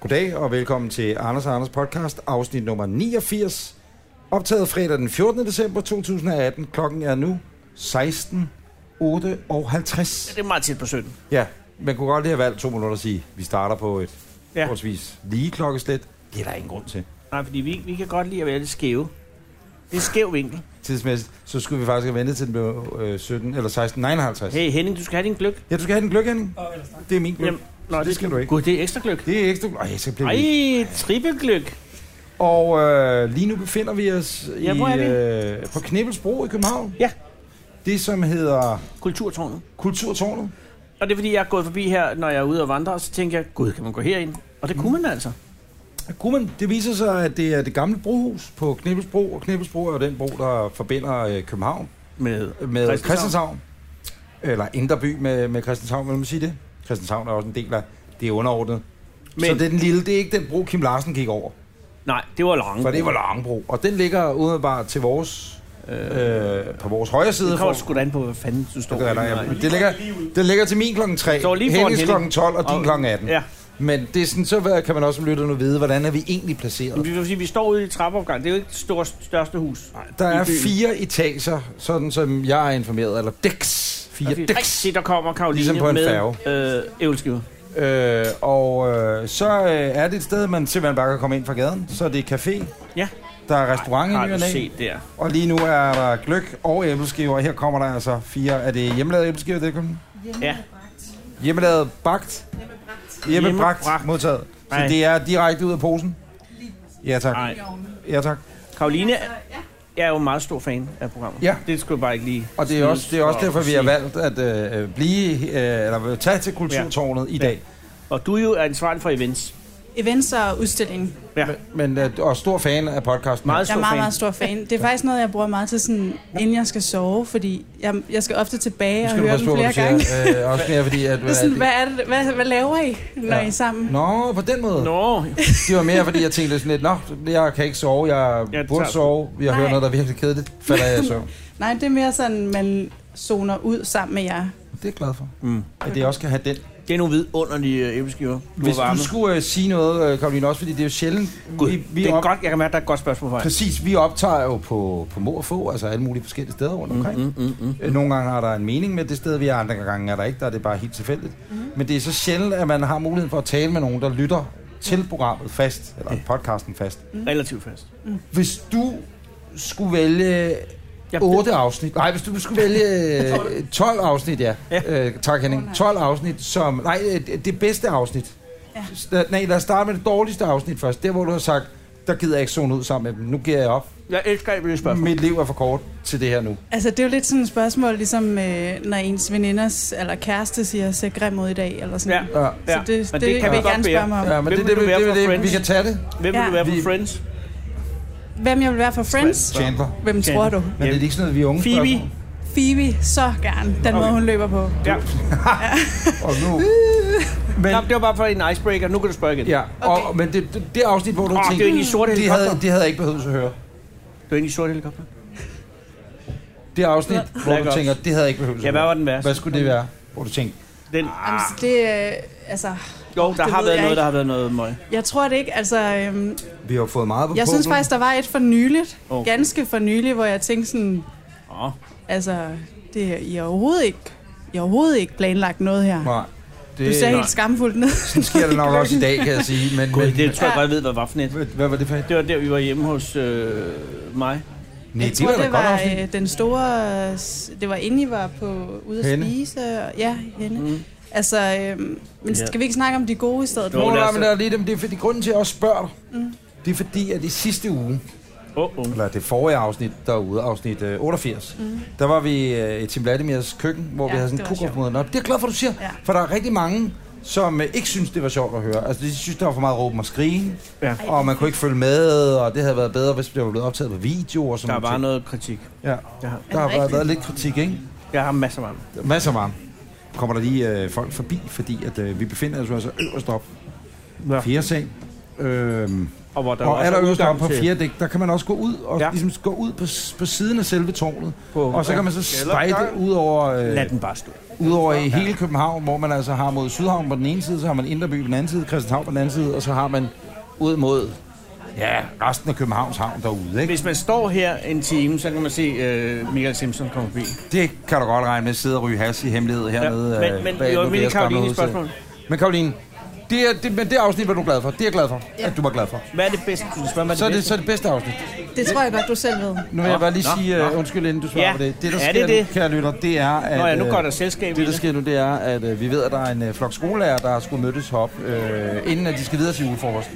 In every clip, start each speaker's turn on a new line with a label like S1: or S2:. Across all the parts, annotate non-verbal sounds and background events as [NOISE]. S1: Goddag og velkommen til Anders og Anders podcast, afsnit nummer 89, optaget fredag den 14. december 2018. Klokken er nu 16. 8 og 50.
S2: Det er meget tæt på 17.
S1: Ja, man kunne godt lige have valgt to minutter at sige, vi starter på et
S2: Ja.
S1: ja. lige klokkeslæt. Det er der ingen grund til.
S2: Nej, fordi vi, vi kan godt lide at være lidt skæve. Det er skæv vinkel.
S1: Tidsmæssigt, så skulle vi faktisk have ventet til den blev øh, 17 eller 16.59. Hey.
S2: Hey Henning, du skal have din gløk.
S1: Ja, du skal have den gløk, Henning. Det er min gløk.
S2: Jamen, nå,
S1: det skal du ikke.
S2: Gud, det er ekstra gløk.
S1: Det er ekstra gløk. Ej, jeg skal blive
S2: Ej,
S1: ved.
S2: trippelgløk.
S1: Og øh, lige nu befinder vi os i,
S2: Ja, hvor er
S1: Øh, på Knibbelsbro i København.
S2: Ja.
S1: Det, som hedder
S2: Kulturtårnet.
S1: Kulturtårnet.
S2: Og det er fordi, jeg er gået forbi her, når jeg er ude og vandre, og så tænker jeg, gud, kan man gå herind? Og det kunne man altså.
S1: Gummen, det viser sig, at det er det gamle brohus på Knibbelsbro, og Knibbelsbro er jo den bro, der forbinder øh, København
S2: Med,
S1: med Christianshavn. Christianshavn. Eller Indre By med, med Christianshavn, vil man sige det? Christianshavn er også en del af det er underordnet. Men. Så
S2: Men-
S1: det er den lille, det er ikke den bro, Kim Larsen gik over.
S2: Nej, det var langt.
S1: For det var Langebro. Og den ligger umiddelbart til vores, øh, på vores højre side.
S2: Det kommer
S1: for-
S2: sgu da an på, hvad fanden du står
S1: det, er, der,
S2: i.
S1: ja. det, ligger, det ligger til min klokken 3,
S2: Står lige foran
S1: Hendes
S2: Henning.
S1: klokken 12 og din
S2: Og-
S1: klokken 18.
S2: Ja,
S1: Men det er sådan, så kan man også som lytter nu vide, hvordan er vi egentlig
S2: men
S1: placeret.
S2: det vil sige, vi står ude i trappeopgang. Det er jo ikke det store, største hus. Nej,
S1: Der er
S2: i byen.
S1: fire etager, sådan som jeg er informeret, eller dæks. Fire
S2: Ej,
S1: dæks.
S2: se, der kommer Karoline
S1: Ligesom på en
S2: med
S1: færge.
S2: øh, ævelskiver.
S1: Øh, og øh, så øh, er det et sted, man simpelthen bare kan komme ind fra gaden. Så det er café.
S2: Ja.
S1: Der er restaurant i
S2: Har
S1: ny
S2: du
S1: og næ.
S2: set der?
S1: Og lige nu er der gløk og æbleskiver. Her kommer der altså fire. Er det hjemmelavet æbleskiver, det kommer?
S2: Ja.
S1: Hjemmelavet bagt. Hjemmebragt.
S2: Hjemmebragt.
S1: Modtaget. Så
S2: Ej.
S1: det er direkte ud af posen? Ja tak.
S2: Nej.
S1: Ja tak.
S2: Karoline, jeg er jo en meget stor fan af programmet.
S1: Ja.
S2: Det skulle jeg bare ikke lige...
S1: Og det er også, det er også
S2: snydes
S1: derfor,
S2: for
S1: vi har
S2: at
S1: valgt at øh, blive, øh, eller tage til Kulturtårnet i
S2: Ja.
S1: dag.
S2: sige. Og du er jo ansvarlig for events.
S3: events og udstilling.
S2: Ja.
S1: Men øh, og stor fan af podcasten.
S2: Meget stor
S3: Jeg er meget,
S2: fan.
S3: meget stor fan. Det er faktisk noget, jeg bruger meget til, sådan, inden jeg skal sove, fordi jeg, jeg skal ofte tilbage
S1: Nu
S3: og
S1: skal du
S3: høre
S1: passe på, hvad
S3: den flere
S1: du siger.
S3: gange.
S1: Øh, også mere fordi,
S2: [LAUGHS]
S1: at...
S3: Det er sådan,
S1: at-
S3: hvad, er det, hvad, hvad laver I, når
S1: Ja.
S3: ja. I er sammen?
S1: Nå, på den måde.
S2: Nå,
S1: Det var mere, fordi jeg tænkte sådan lidt, nå, jeg kan ikke sove, jeg
S2: Ja, det
S1: burde
S2: tager-
S1: sove, jeg
S3: Nej.
S1: hører noget, der er virkelig kedeligt, falder jeg i
S2: [LAUGHS]
S1: søvn.
S3: Nej, det er mere sådan, man zoner ud sammen med jer.
S1: Det er jeg glad for,
S2: Mm.
S1: at det også kan have den.
S2: det er nogle vidunderlige øh, æbleskiver. Du
S1: Hvis
S2: har varmet.
S1: du skulle øh, sige noget, øh, Karoline, også fordi det er jo sjældent,
S2: Gud,
S1: vi, vi
S2: det er
S1: op,
S2: godt, jeg kan mærke, at der er et godt spørgsmål for dig.
S1: præcis, vi optager jo på, på må og få, altså alle mulige forskellige steder rundt omkring.
S2: Mm, mm, mm.
S1: Øh, Nogle gange har der en mening med det sted, vi er, andre gange er der ikke, der er det bare helt tilfældigt.
S3: Mhm.
S1: Men det er så sjældent, at man har muligheden for at tale med nogen, der lytter til programmet fast, eller podcasten fast.
S3: Mm.
S2: Relativt fast.
S1: Hvis du skulle vælge
S2: Jeg,
S1: 8 afsnit. Nej, hvis du skulle
S3: [LAUGHS]
S1: vælge øh, 12 afsnit, ja.
S2: Ja.
S1: Øh, tak,
S3: Åh,
S1: Henning.
S3: nej.
S1: 12 afsnit som... Nej, øh, det- det bedste afsnit.
S3: Ja.
S1: Ja. Nej, lad os starte med det dårligste afsnit først. Der, hvor du har sagt, der gider jeg ikke zone ud sammen med dem. Nu giver jeg op.
S2: jeg elsker æbleskiver spørgsmål.
S1: Mit liv er for kort til det her nu.
S3: Altså, det er jo lidt sådan et spørgsmål, ligesom øh, når ens veninders eller kæreste siger, se grim ud i dag, eller sådan.
S2: Ja.
S1: Ja,
S2: Ja,
S3: Så det,
S2: men
S3: det,
S2: det
S3: det
S2: kan
S3: kan
S2: vi
S3: vi
S2: godt
S3: gerne
S2: bære.
S3: spørge mig om.
S1: ja men det,
S2: Hvem vil
S1: det,
S2: du
S1: det,
S2: være
S1: det,
S2: for
S1: det, det, vi
S2: Friends?
S1: kan tage det.
S2: Hvem vil
S3: Ja.
S2: du være på
S1: Vi-
S2: Friends?
S3: Hvem jeg vil være for Friends?
S1: Chandler.
S3: Hvem tror du?
S1: Men det er ikke sådan noget, vi er unge
S2: Phoebe.
S1: spørgsmål.
S3: Phoebe, så gerne. Den
S2: Okay.
S3: måde, hun løber på.
S2: Ja.
S1: Og
S2: [LAUGHS]
S1: nu... Men,
S2: Nå, det var bare for en icebreaker. Nu kan du spørge igen.
S1: ja, og,
S3: Okay.
S1: men det, det, det afsnit, hvor du
S2: Åh, det er
S1: tænkte...
S2: jo egentlig sorte
S1: det
S2: helikopter.
S1: havde, det havde jeg ikke behøvet at høre.
S2: Du er inde i sort helikopter.
S1: Det afsnit, hvor
S2: Black
S1: du
S2: Ops.
S1: tænker, det havde jeg ikke behøvet at
S2: Ja, hvad
S1: høre.
S2: var den værste?
S1: Hvad skulle det være? Hvor du tænkte,
S2: Den,
S3: Jamen, så det, øh, altså,
S2: jo, der
S3: det
S2: har
S3: ved
S2: været noget,
S3: jeg ikke.
S2: der har været noget møg.
S3: jeg tror det ikke. Altså, øhm,
S1: vi har fået meget på
S3: jeg synes
S1: puklen.
S3: faktisk, der var et for nyligt,
S2: Okay.
S3: okay. ganske for nyligt, hvor jeg tænkte sådan,
S2: Åh,
S3: altså, det her, I har overhovedet ikke, I har overhovedet ikke planlagt noget her.
S1: Nej,
S3: Du
S1: det
S3: ser
S2: nej.
S3: helt skamfuldt ned.
S1: sådan sker det nok også i dag, kan jeg sige. Men,
S2: Gud,
S1: men
S2: det tror jeg
S3: Ja.
S2: godt, jeg ved, hvad var for net.
S1: hvad- hvad var det for et?
S2: Det var der, vi var hjemme hos øh, mig.
S1: Nej,
S3: jeg tror,
S1: da
S3: det,
S1: godt
S3: var
S1: afsnit.
S3: øh, den store, øh, s- det var inden I var på ude at
S1: Henne.
S3: spise. og- Ja, hende.
S2: Mm.
S3: Altså, øhm, men
S2: Ja.
S3: skal vi ikke snakke om de gode i stedet?
S2: Jo,
S1: Nå,
S2: lad
S1: nej,
S2: os-
S1: men der er lige dem. Det er fordi, grunden til, at jeg også spørger dig,
S3: Mm.
S1: det er fordi, at i sidste uge,
S2: Oh, oh.
S1: eller det forrige afsnit derude, afsnit øh, 88, der var vi øh, i Tim Vladimirs køkken, hvor
S3: Mhm. Ja,
S1: vi havde sådan
S3: det
S1: en
S3: var
S1: kukrofmøde. Nå, det er jeg glad for, du siger,
S3: Ja.
S1: for der er rigtig mange, som øh, ikke synes, det var sjovt at høre. Altså, de synes, der var for meget råben og skrigen,
S2: Ja.
S1: og man kunne ikke følge med, og det havde været bedre, hvis det var blevet optaget på video og sådan
S2: Der er bare
S1: nogle
S2: noget kritik.
S1: ting. Ja.
S2: Jeg har,
S1: Der har været,
S3: rigtigt?
S1: været lidt kritik, ikke?
S2: jeg har masser af varme.
S1: Masser af varme. Kommer der lige øh, folk forbi, fordi at, øh, vi befinder os jo altså øverst op.
S2: Ja.
S1: Fjerde seng. Øhm,
S2: og hvor der
S1: og
S2: også
S1: allerøverst
S2: udgang
S1: oppe på
S2: til-
S1: fjerde dæk, der kan man også gå ud og ja.
S2: Ja.
S1: ligesom gå ud på, s- på siden af selve tårnet.
S2: på,
S1: Og så kan man så spejde ud over, øh,
S2: Lad den bare stå.
S1: ud over i hele København, hvor man altså har mod Sydhavn på den ene side, så har man Inderby på den anden side, Christianshavn på den anden side, og så har man ud mod ja, resten af Københavns havn derude. Ikke?
S2: Hvis man står her en time, så kan man se øh, Michael Simpson komme forbi.
S1: Det kan du godt regne med, sidde og ryge has i hemmelighed hernede.
S2: men
S1: øh,
S2: men
S1: bag
S2: det var
S1: Nordeas gamle
S2: mit Karoline
S1: hovedsæde.
S2: spørgsmål.
S1: Men Karoline, det, er, det, men det afsnit var du glad for. Det er jeg glad for, ja. at du var glad for.
S2: Hvad er det bedste? Du spørger, hvad
S1: Så
S2: er
S1: er
S2: Altså, det
S1: det,
S2: bedste?
S1: så er det bedste afsnit.
S3: Det tror jeg godt, du selv ved.
S1: Nu vil jeg bare lige
S2: nå,
S1: sige,
S2: nå.
S1: uh, undskyld inden du svarer
S2: Ja.
S1: på det. Det, der
S2: Er
S1: sker
S2: det det?
S1: nu, kære lytter, det er, at...
S2: Nå ja, nu
S1: øh,
S2: går der selskab i
S1: det, der
S2: det.
S1: sker nu, det er, at øh, vi ved, at der er en øh, flok skolelærer, der skulle mødtes op, øh, inden at de skal videre til julefrokost.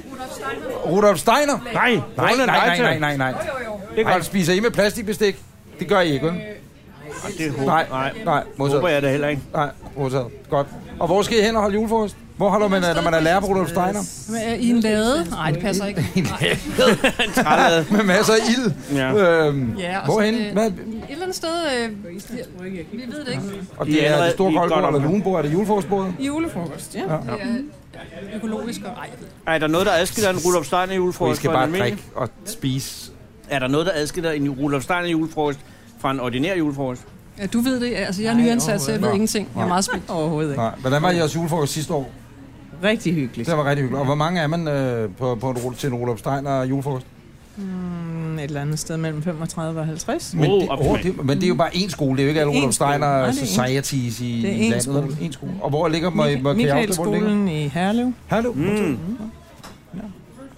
S1: Rudolf Steiner? Nej,
S2: Nej,
S1: nej,
S2: Roland
S1: nej,
S2: Reiter.
S1: nej, nej, nej.
S2: Det
S1: Ej,
S2: gør
S1: spiser I med plastikbestik? Det gør I ikke, vel?
S2: det. håber-
S1: Nej,
S2: nej.
S1: nej,
S2: Håber
S1: modtaget.
S2: jeg da heller ikke.
S1: Nej, modtaget. Godt. Og hvor skal I hen og holde julefrokost? Hvor holder man, øh, når man er lærer på Rudolf Steiner?
S4: Men, øh, I en lade? Nej, det
S1: [LAUGHS]
S4: passer ikke. Nej.
S2: Trællade.
S1: Med masser af ild.
S2: Ja.
S1: Øhm,
S3: Ja,
S4: og så
S1: Hvorhen?
S4: det-
S1: Hvad?
S4: Et eller andet sted, øh, vi ved det ikke.
S1: Og
S2: I er
S1: det er det
S2: allerede-
S1: store
S2: I er godt
S1: koldbord eller
S2: omkring.
S1: lunebord? Er det julefrokostbordet?
S4: Julefrokost, ja. Det er økologisk og... Ej, jeg ved det
S2: Er der noget, der adskiller en Rudolf Steiner
S1: Vi
S2: julefrokost
S1: skal
S2: fra en
S1: bare
S2: almindelig?
S1: drikke og spise.
S2: Er der noget, der adskiller en Rudolf Steiner julefrokost fra en ordinær julefrokost?
S4: ikke. Ja, du ved det. Altså, jeg er nyansat, så jeg ved
S1: Nå.
S4: ingenting. Jeg er meget spændt.
S5: Overhovedet ikke.
S1: Nej. Hvordan var jeres julefrokost sidste år?
S5: Rigtig hyggeligt.
S1: Det var rigtig hyggeligt. Og hvor mange er man øh, på, på en, rulle- til en Rudolf Steiner julefrokost?
S5: Mm, et eller andet sted mellem 35 og 50.
S1: Men,
S2: Oh,
S1: det,
S2: op
S1: oh,
S2: med.
S1: det, men det er jo bare én skole. Det er jo ikke alle
S5: Det er
S1: Rudolf
S5: én skole. Nej, det
S1: Steiner
S5: er én-
S1: Societies i,
S5: det er
S1: i
S5: én
S1: landet.
S5: skole.
S1: En skole. Og hvor ligger må,
S5: Mik-
S1: må, kan I afsløre, hvor det ligger?
S5: Michaelskolen i Herlev.
S1: Hallo.
S2: Mm.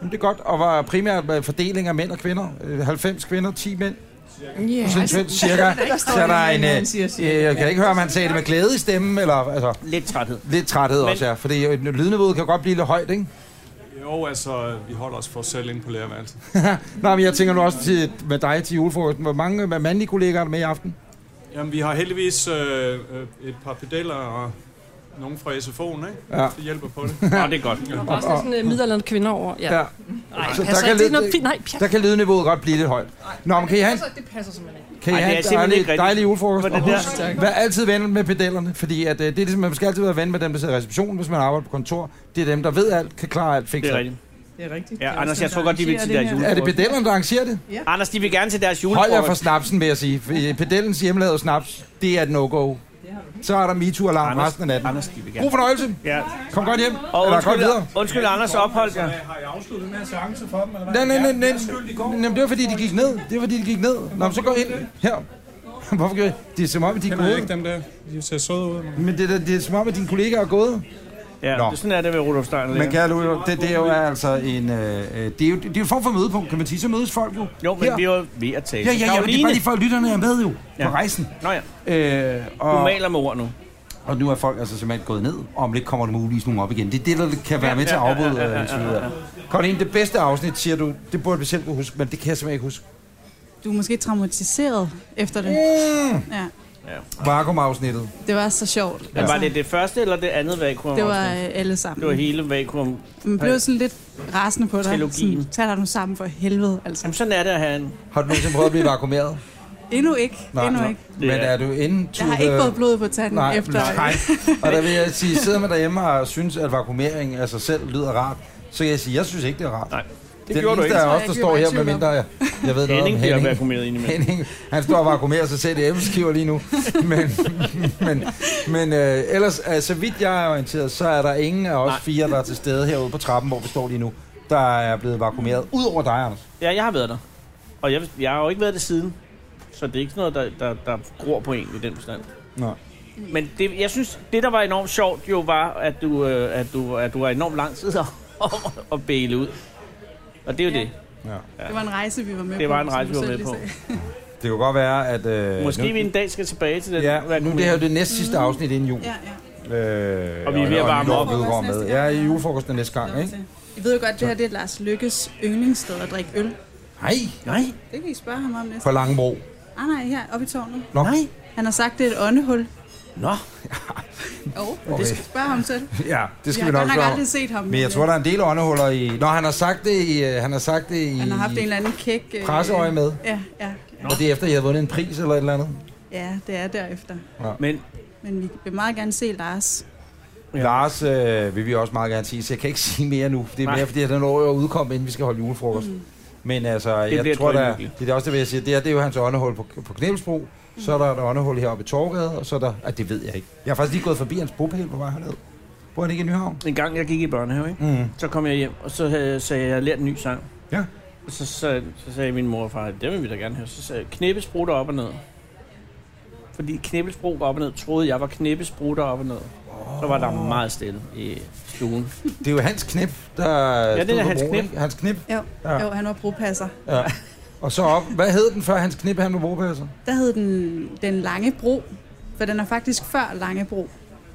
S1: Men Det er godt. Og var primært med fordeling af mænd og kvinder. Øh, 90 kvinder, 10 mænd.
S5: Ja,
S1: Procent cirka. Så er altså, der en...
S5: øh,
S1: øh, øh, Jeg kan ikke høre, om han sagde det med glæde i stemmen, eller altså,
S2: Lidt
S1: [LAUGHS]
S2: træthed.
S1: lidt træthed
S2: Men-
S1: også her. For det, lydniveauet kan godt blive lidt højt, ikke?
S6: Jo, altså, vi holder os for os selv inde på lærerværelset.
S1: Nej, men jeg tænker nu også til, med dig til julefrokosten. Hvor mange øh, mandlige kollegaer er der med i aften?
S6: Jamen, vi har heldigvis øh, øh, et par pedeller og nogen fra SFO'en, ikke?
S1: Ja.
S6: Det hjælper på det. [LAUGHS]
S2: Nå, det er godt.
S4: Der er bare sådan en midalderen kvinde over. Ja.
S1: Ja.
S4: Nej,
S1: Så der
S4: passer
S1: kan
S4: ikke. Det er
S1: lidt-
S4: noget fint. Nej, pjat.
S1: Der kan lydniveauet godt blive lidt højt. Nå, men kan I have, en-
S4: Det passer simpelthen ikke.
S1: kan I
S2: Ej,
S1: have
S2: det
S1: en
S2: er simpelthen
S1: dejlig,
S2: ikke rigtigt.
S1: dejlig julefrokost?
S2: Hvordan
S1: Og
S2: der-
S1: husk, vær altid ven med pedellerne, fordi at, øh, det er ligesom, man skal altid være ven med dem, der sidder i receptionen, hvis man arbejder på kontor. Det er dem, der ved alt, kan klare alt,
S2: Det
S1: fikse
S2: er
S1: alt.
S2: rigtigt.
S5: Det er rigtigt.
S2: Ja,
S5: Det er
S2: Anders,
S5: også
S2: jeg
S5: dem,
S2: tror
S5: der
S2: godt, de vil
S5: arrangerer
S2: til
S5: det
S2: deres
S5: her.
S2: jule-
S1: Er det pedellerne, der arrangerer det?
S2: Anders, de vil gerne til deres
S1: Hold jer for
S2: julefrokost.
S1: snapsen, vil jeg sige. For, øh, Pedellens hjemmelavede snaps, det er et no-go. Så er der MeToo-alarm
S2: Anders-
S1: resten af natten.
S2: Anders, de vil
S1: God
S2: gerne.
S1: fornøjelse.
S2: Ja.
S1: Kom godt hjem.
S2: Og
S1: Eller godt
S2: undskyld,
S1: videre.
S2: undskyld
S6: Altså,
S2: Anders, opholdt jer.
S6: øh, Har I afsluttet den her seance for dem, eller
S1: Nej, nej, nej, nej. Jamen, det var fordi, de gik ned. Det var fordi, de gik ned. Nå, men så gå ind her. [LAUGHS] Hvorfor gør I? Det er som om, at de er
S6: Kender jeg
S1: gået.
S6: ikke dem der? De ser søde ud.
S1: Men det, er da- det er som om, at dine kollegaer er gået.
S2: Ja,
S1: Nå.
S2: det, sådan er det ved Rudolf Steiner.
S1: Men
S2: Men,
S1: kære Louis, det, det er jo altså en... Øh, øh, det, er jo, det er jo en form for mødepunkt, kan man sige. Så mødes folk jo.
S2: jo, men
S1: her.
S2: vi var ved at tale.
S1: Ja, ja, ja, men det er bare lige for, at lytterne er med jo på
S2: Ja.
S1: rejsen.
S2: Nå ja,
S1: Øh,
S2: du
S1: og,
S2: maler med ord nu.
S1: og nu er folk altså simpelthen gået ned, og om lidt kommer der muligvis nogen op igen. Det er det, der kan være med til at afbryde. øh, Ja, ja, ja, ja, ja. Karoline, det bedste afsnit, siger du, det burde vi selv kunne huske, men det kan jeg simpelthen ikke huske.
S3: Du er måske traumatiseret efter det.
S1: Mm.
S3: Ja,
S1: Vakuum-afsnittet.
S3: det var så sjovt. Altså,
S2: Men var det det første eller det andet vakuum?
S3: det var øh, alle sammen.
S2: det var hele vakuum.
S3: Man blev sådan lidt rasende på dig.
S2: Trilogien.
S3: Sådan, Tag dig nu sammen for helvede, altså.
S2: Jamen, sådan er det at have en...
S1: Har du nogensinde prøvet at blive vakuumeret?
S3: Endnu ikke.
S1: Nej,
S3: endnu
S1: nej.
S3: ikke.
S1: Men
S2: Det er-
S1: er du inde to
S3: Jeg har ikke
S1: the-
S3: fået blod på tanden
S1: Nej,
S3: efter.
S1: nej. Og der vil jeg sige, sidder man derhjemme og synes, at vakuumering af sig selv lyder rart, så kan jeg sige, jeg synes ikke, det er rart.
S2: Nej,
S1: det Den eneste af
S3: tror
S1: os,
S3: jeg
S1: der
S3: ikke, vi
S1: står
S3: var i
S1: her,
S3: tvivl
S1: med
S3: om.
S1: mindre jeg, jeg ved noget om
S2: Henning bliver
S1: Henning.
S2: vakuumeret ind imellem.
S1: Henning, han står og vakuumerer sig selv i æbleskiver lige nu. Men, men, men øh, ellers, øh, så vidt jeg er orienteret, så er der ingen af os
S2: Nej.
S1: fire, der er til stede herude på trappen, hvor vi står lige nu, der er blevet vakuumeret. Udover dig, Anders.
S2: Ja, jeg har været der. Og jeg, jeg har jo ikke været det siden. Så det er ikke sådan noget, der, der, der gror på en i den forstand.
S1: Nå.
S2: Men det, jeg synes, det der var enormt sjovt jo var, at du, øh, at du, at du var enormt lang tid [LAUGHS] om at- at bæle ud. Og det er jo det.
S1: Ja.
S3: Det var en rejse, vi var med på.
S2: Det var en
S3: som
S2: rejse, vi
S3: du
S2: var
S3: selv
S2: med
S3: lige
S2: på.
S3: sagde.
S1: Det kunne godt være, at... Øh,
S2: Måske
S1: nu,
S2: vi en dag skal tilbage til den.
S1: Ja, nu er det her jo det næst sidste afsnit inden jul.
S3: Ja, ja.
S1: Øh,
S2: Og vi er ved at varme op.
S1: Vi går med. Ja, i julefrokosten næste gang, ikke?
S3: I ved jo godt, det her det er Lars Lykkes yndlingssted at drikke øl.
S1: Nej,
S2: Nej,
S3: Det kan I spørge ham om næste.
S1: på Langebro.
S3: Ah, nej, her oppe i tårnet.
S1: Nå.
S2: nej.
S3: Han har sagt, det er et åndehul.
S2: Nå,
S3: Jo,
S1: Okay.
S3: det skal spørge ham selv.
S1: [LAUGHS] Ja, det skal
S3: jeg
S1: vi nok
S3: har godt nok
S1: gøre.
S3: aldrig set ham.
S1: Men jeg tror, der er en del åndehuller i... Nå, han har sagt det i... øh, Han har sagt det i...
S3: Han har haft en eller anden kæk... øh,
S1: presseøje med.
S3: Ja, ja.
S1: Og det er efter, I havde vundet en pris eller et eller andet.
S3: Ja, det er derefter.
S2: men
S3: Men vi vil meget gerne se Lars.
S1: Ja. Lars øh, vil vi også meget gerne sige, så jeg kan ikke [LAUGHS] sige mere nu. Det er
S2: Nej.
S1: mere, fordi at den når jo at udkomme, inden vi skal holde julefrokost. Mm. Men altså, jeg
S2: bliver
S1: tror da,
S2: drønhyggeligt.
S1: det er også det, vil jeg sige, det, her, det er jo hans åndehul på, på Knebelsbro. Mm. Så er der et åndehul heroppe i Torgade, og så er der... Ah, det ved jeg ikke. Jeg har faktisk lige gået forbi hans bopæl på vej herned. Bor han ikke i Nyhavn?
S2: En gang jeg gik i børnehave, ikke?
S1: Mm.
S2: så kom jeg hjem, og så havde, sagde jeg, jeg har lært en ny sang.
S1: Ja.
S2: Og så, så, så sagde min mor og far, det vil vi da gerne have. Så sagde jeg, knæbesprutter op og ned. Fordi knæbesprut op og ned, troede jeg var knæbesprutter op og ned. Oh. Så var der meget stille i stuen.
S1: Det er jo hans knip, der... Ja,
S2: det er hans knip.
S1: Hans knip.
S3: Jo,
S1: Ja.
S3: ja. jo han var bropasser.
S1: Ja. Og så op. Hvad hed den før hans knip, han var bogpasser?
S3: Der hed den Den Lange Bro, for den er faktisk før Langebro.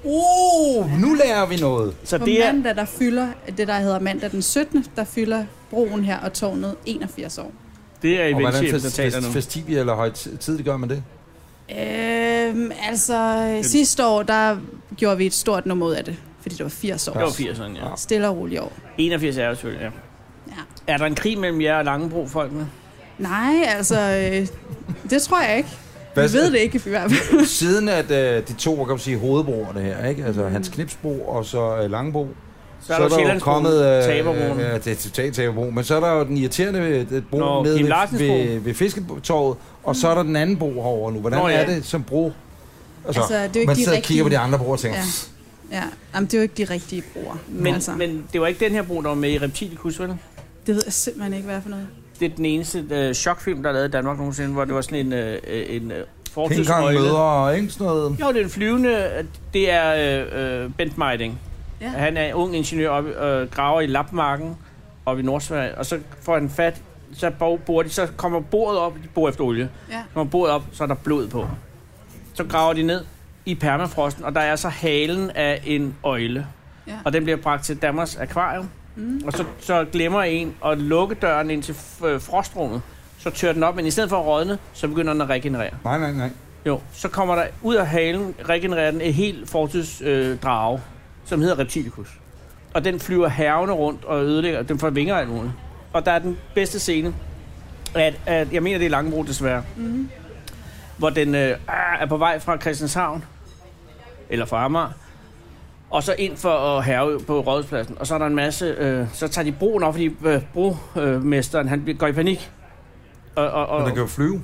S1: Uh, nu lærer vi noget.
S2: Så
S3: På
S2: det er,
S3: mandag, der fylder, det der hedder mandag den 17., der fylder broen her og tårnet 81 år.
S2: det er
S1: Og hvordan
S2: eventchefen, der
S1: fest,
S2: taler
S1: fest,
S2: nu.
S1: festivi eller højtidligt gør man det?
S3: Øhm, altså, sidste år, der gjorde vi et stort nummer ud af det, fordi det var 80 år.
S2: Det var 80'erne, ja.
S1: Ja.
S3: Stille og roligt år.
S2: 81 er jeg selvfølgelig, ja.
S3: Ja.
S2: Er der en krig mellem jer og Langebro, folkene?
S3: Nej, altså, øh, det tror jeg ikke. Vi
S1: Hvad-
S3: ved det ikke i hvert fald.
S1: Siden at øh, de to, kan man sige, hovedbroerne her, ikke? Altså mm. Hans Knipsbro og så øh, Langebro.
S2: Så er der jo Sjællandsbroen,
S1: øh,
S2: Taberbroen.
S1: ja, det er totalt taberbro. Men så er der jo den irriterende øh, bro
S2: Nå,
S1: nede
S2: Kim
S1: ved,
S2: Larsens bro.
S1: ved, ved Fisketorvet, og så er der den anden bro herovre nu. Hvordan
S2: Nå,
S1: Nå,
S2: ja.
S1: ja. er det som bro? Altså,
S3: Altså, det er jo ikke
S1: man
S3: de
S1: sidder og kigger på de
S3: rigtige-
S1: andre broer og tænker,
S3: Ja.
S1: "Pff,
S3: Ja, jamen, det er jo ikke de rigtige broer.
S2: Men, altså.
S1: øh,
S2: men det var ikke den her bro, der var med i Reptilicus, vel?
S3: Det ved jeg simpelthen ikke, hvad er for noget.
S2: Det er den eneste øh, chokfilm, der er lavet i Danmark nogensinde, hvor det var sådan en, øh, øh, en øh,
S1: King Kong
S2: fortidsøjle.
S1: møder og ikke sådan noget.
S2: Jo, det er en flyvende. øh, Det er øh, øh, Bent Meiding.
S3: Ja.
S2: Han er en ung ingeniør og øh, graver i Lapmarken oppe i Nordsverige. Og så får han fat, så bo- borer de, så kommer bordet op, de borer efter olie.
S3: Ja.
S2: Så kommer bordet op, så er der blod på. Så graver de ned i permafrosten, og der er så halen af en øjle.
S3: Ja.
S2: Og den bliver bragt til Danmarks Akvarium.
S3: Mm.
S2: Og så, så glemmer en at lukke døren ind til f- øh, frostrummet. Så tør den op, men i stedet for at rådne, så begynder den at regenerere.
S1: Nej, nej, nej.
S2: Jo, så kommer der ud af halen, regenererer den en helt fortidsdrage, øh, drage, som hedder Reptilicus. Og den flyver hervende rundt og ødelægger, den får vinger og alt muligt. Og der er den bedste scene, at, at jeg mener, det er Langebro desværre, mm-hmm. hvor den øh, ah, er på vej fra Christianshavn, eller fra Amager, og så ind for at herve på rådspladsen. Og så er der en masse, øh, så tager de broen op, fordi øh, bromesteren, han bliver- går i panik. Og, og, og,
S1: Men den kan jo flyve.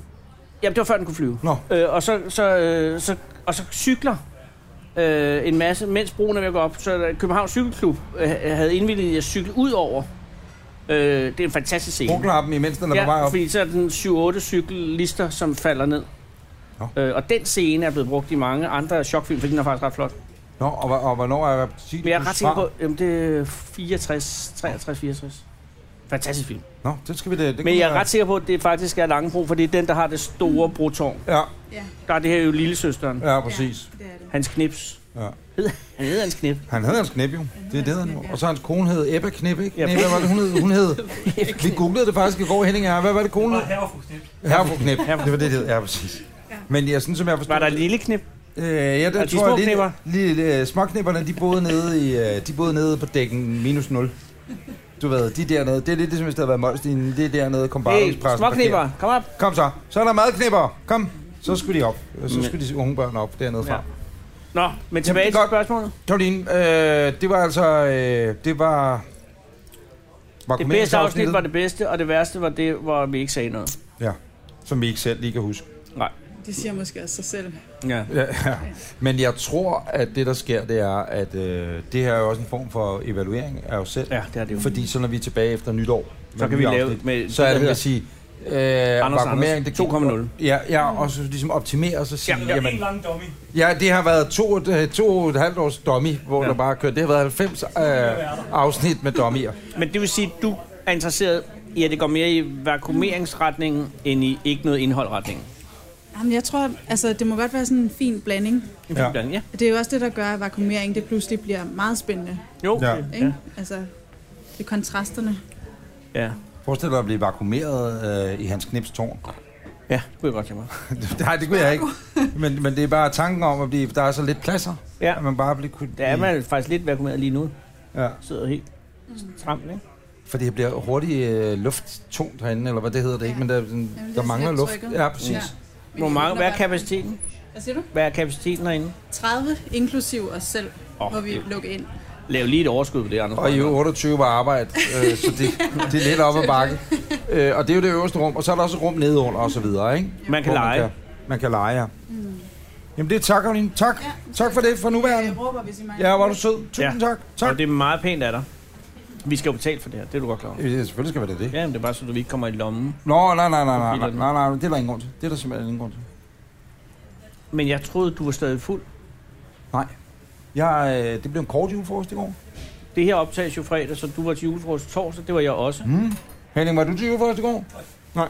S2: Jamen, det var før den kunne flyve.
S1: Nå.
S2: Øh, og, så, så, øh, så, og så cykler øh, en masse, mens broen er ved at gå op, så er der Københavns Cykelklub øh, havde indvilliget i at cykle ud over. Øh, det er en fantastisk scene.
S1: Brugknappen, imens den er på vej
S2: Ja,
S1: op.
S2: fordi så er den 7-8 cyklister, som falder ned.
S1: Nå.
S2: Øh, og den scene er blevet brugt i mange andre chokfilm, fordi den er faktisk ret flot.
S1: Nå, og, hva- og hvornår er reptil?
S2: Men jeg er ret sikker på, jamen, det er 64, 63, 64. Fantastisk film.
S1: Nå, det skal vi da... Det kan
S2: Men jeg
S1: vi
S2: er
S1: da-
S2: ret sikker på, at det faktisk er Langebro, for det er den, der har det store brotårn.
S1: Ja,
S2: Der er det her jo lillesøsteren.
S1: ja, præcis.
S3: Det er det.
S2: Hans Knips.
S1: Ja.
S2: Hed- Han hedder Hans Knip.
S1: Han hedder hans knip, jo. Det er det, han
S3: Knip,
S1: hedder.
S3: ja.
S1: Og så hans kone hed Ebba Knip, ikke?
S2: Ja.
S1: Nej, hvad var det, hun hed? Hun
S2: [LAUGHS]
S1: hed... Vi googlede det faktisk i går, Henning og jeg. Hvad var det, konen hed? Herrefru Knip. Knip. Det var det, det hed. Ja, præcis. Men ja, sådan som jeg forstod...
S2: Var der et lille knip?
S1: Øh, ja,
S2: er
S1: det
S2: de
S1: tror
S2: små
S1: jeg, lille,
S2: knipper?
S1: lille, øh, småknipperne, de boede nede, i, øh, de boede nede på dækken minus 0. Du ved, de dernede, det er lidt ligesom, hvis der havde været Molstinen, det er dernede, kom bare
S2: Hey, småknipper, kom op.
S1: Kom så, så er der madknipper, kom. Så skulle de op, så skulle de unge børn op dernede fra.
S2: Ja. Nå, men tilbage
S1: det er
S2: til
S1: godt.
S2: spørgsmålet.
S1: Caroline, øh, det var altså... Øh, det var... var
S2: Det bedste afsnit
S1: komediensafsnittet,
S2: var det bedste, og det værste var det, hvor vi ikke sagde noget.
S1: Som vi ikke selv lige kan huske.
S3: Det siger måske også sig selv.
S2: Ja.
S1: Ja, ja. Men jeg tror, at det, der sker, det er, at øh, det her er jo også en form for evaluering af os selv.
S2: Ja, det er det jo.
S1: Fordi så når vi er tilbage efter nytår,
S2: Så
S1: med
S2: kan vi
S1: nye
S2: lave
S1: afsnit,
S2: med...
S1: så er det,
S2: der
S1: at sige... Øh,
S2: Anders,
S1: vakuumering, det gik-
S2: 2,0.
S1: Ja, ja, og så ligesom optimere og så sige,
S2: Jamen,
S1: jamen,
S2: jeg er
S1: jamen, ja, det har været to, og- øh, to og et halvt års dummy, hvor
S2: Ja.
S1: ja. der bare kørt. Det har været 90 øh, afsnit med dummier.
S2: hedder- Men det vil sige, at du er interesseret i, at det går mere i vakuumeringsretningen, end i ikke noget indholdretningen.
S3: Jamen, jeg tror, altså, det må godt være sådan en fin blanding.
S1: Ja.
S2: Ja. ja.
S3: Det er jo også det, der gør, at vakuumering det pludselig bliver meget spændende.
S2: Jo.
S1: Ja.
S2: det-
S3: Ikke? Ja. Altså, det er kontrasterne.
S2: Ja.
S1: Forestil dig at blive vakuumeret øh, i hans knipstårn.
S2: Ja, det kunne jeg godt tænke mig.
S1: Nej, det kunne jeg ikke. [LAUGHS] Men, men det er bare tanken om, at blive, der er så lidt pladser,
S2: Ja,
S1: at man bare bliver kunne...
S2: der er man faktisk lidt vakuumeret lige nu.
S1: Ja,
S2: Sidder helt stramt, ikke?
S1: for det bliver hurtigt øh, lufttungt herinde, eller hvad det hedder det, ikke? Men der, er sådan-
S3: Jamen, det
S1: der
S3: er
S1: mangler
S3: lidt
S1: luft.
S3: trykket.
S1: Ja, præcis.
S3: Ja.
S1: Ja.
S2: Hvor mange, hvad er kapaciteten?
S3: Hvad siger du?
S2: Hvad er kapaciteten herinde?
S3: 30 inklusiv os selv,
S2: Åh,
S3: oh, hvor vi
S2: det-
S3: lukker ind.
S2: Lav lige et overskud på det, Anders.
S1: Og i
S2: Breinholt.
S1: uge 28 var arbejde, øh, så det, det er lidt op ad bakke. Øh, og det er jo det øverste rum, og så er der også et rum nedenunder og så videre, ikke?
S2: Man kan
S1: Hvor
S2: lege.
S1: Man kan, man kan lege, ja. Jamen det er tak, Karoline. Tak. Tak for det for nuværende.
S3: Jeg råber, hvis I mangler.
S1: Ja, var du sød. Tusind
S2: Ja.
S1: tak.
S2: Og
S1: Tak.
S2: det er meget pænt af dig. Vi skal jo betale for det her, det er du godt klar over.
S1: Ja, selvfølgelig skal være det det.
S2: Ja, men det er bare så, du ikke kommer i lommen.
S1: Nå, nej, nej, nej, nej,
S2: Fordi
S1: nej,
S2: den-
S1: nej, nej, det er der ingen grund til. Det er der simpelthen ingen grund til.
S2: Men jeg troede, du var stadig fuld.
S1: Jeg, øh, det blev en kort julefrokost i går.
S2: Det her optages jo fredag, så du var til julefrokost torsdag, det var jeg også.
S1: Hmm. Henning, var du til julefrokost i går?
S2: Der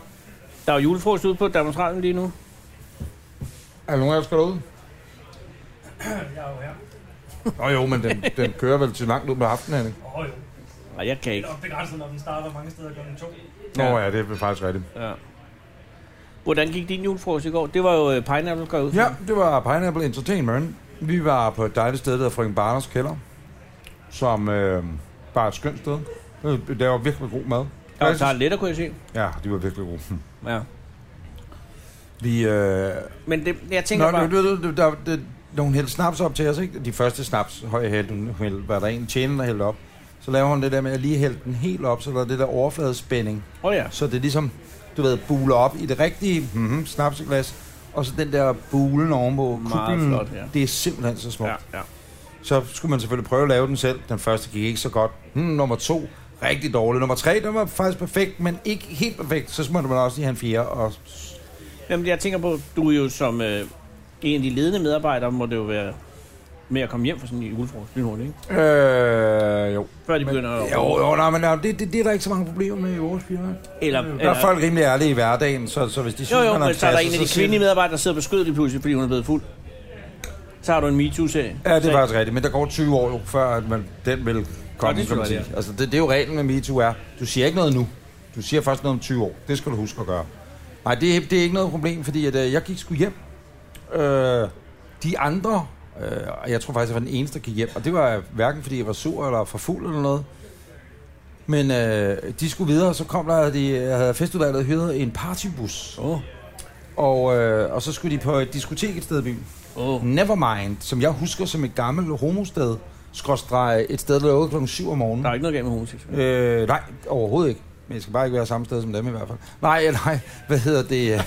S2: er jo julefrokost ude på Danmarks Radio lige nu.
S1: Er der nogen af jer, der skal derud? Nå jo, men den, den kører vel til langt ud på aftenen, Henning.
S7: Åh oh, jo,
S2: Nej, jeg kan
S7: det
S2: ikke.
S7: er nok begrænset, når den starter mange steder kl. 2.
S1: Nå ja, det er faktisk rigtigt.
S2: Ja. Hvordan gik din julefrokost i går? Det var jo øh, Pineapple går jeg ud. fra.
S1: Ja, det var Pineapple Entertainment. Vi var på et dejligt sted, der hedder Frøken Barners Kælder, som øh, bare er et skønt sted. Øh, Der var virkelig god mad.
S2: Og der er lidt at kunne jeg se.
S1: Ja, de var virkelig gode. Hm.
S2: Ja.
S1: Vi, øh,
S2: Men det, jeg tænker
S1: Nå,
S2: Nå, bare...
S1: du, du, du, der, der, når hun hældte snaps op til os, ikke? De første snaps, høj hældte, hun hældte, var der en tjener, der hældte op. Så laver hun det der med at lige hælde den helt op, så der er det der overfladespænding.
S2: Åh oh, ja.
S1: Så det ligesom, du ved, buler op i det rigtige mm-hmm, snapsglas. Og så den der bulen ovenpå.
S2: Meget
S1: kuplen.
S2: flot, ja.
S1: Det er simpelthen så smukt.
S2: Ja, ja.
S1: Så skulle man selvfølgelig prøve at lave den selv. Den første gik ikke så godt. Hmm, nummer to, rigtig dårlig. Nummer tre, den var faktisk perfekt, men ikke helt perfekt. Så måtte man også lige have en fjerde. Og
S2: Jamen, jeg tænker på, du er jo som øh, en af de ledende medarbejdere, må det jo være med at komme hjem fra sådan en julefrokost lige hurtigt, ikke?
S1: Øh, jo.
S2: Før de
S1: Men,
S2: begynder at...
S1: jo, jo, nej, men nej, det, det, det er der ikke så mange problemer med i vores firma.
S2: Eller,
S1: Der er folk rimelig ærlige i hverdagen, så, så hvis de synes,
S2: Jo, jo,
S1: man er
S2: men så er der en af
S1: så
S2: de
S1: siger
S2: kvindelige medarbejdere, der sidder på skødet lige pludselig, fordi hun er blevet fuld. Så har du en MeToo-serie.
S1: Ja, det er
S2: Sag.
S1: faktisk rigtigt, men der går 20 år jo, før at man, den vil komme,
S2: det
S1: kan man
S2: tror jeg,
S1: sige. Altså, det, det er jo reglen med MeToo er, du siger ikke noget nu. Du siger først noget om 20 år. Det skal du huske at gøre. Nej, det, er- det er ikke noget problem, fordi at, øh, jeg gik sgu hjem. Øh, de andre, øh, og jeg tror faktisk, jeg var den eneste, der gik hjem, og det var hverken fordi jeg var sur eller for fuld eller noget. Men øh, de skulle videre, og så kom der, at de jeg havde festudvalget hyret en partybus.
S2: Åh,
S1: Og, øh, og så skulle de på et diskotek et sted i byen.
S2: åh.
S1: Nevermind, som jeg husker som et gammelt homosted, skråstreg et sted, der lukkede klokken 7 om morgenen.
S2: Der er ikke noget galt med homoseksuelle.
S1: Øh, nej, overhovedet ikke. Men jeg skal bare ikke være samme sted som dem i hvert fald. Nej, [LAUGHS] nej, hvad hedder det? [LAUGHS]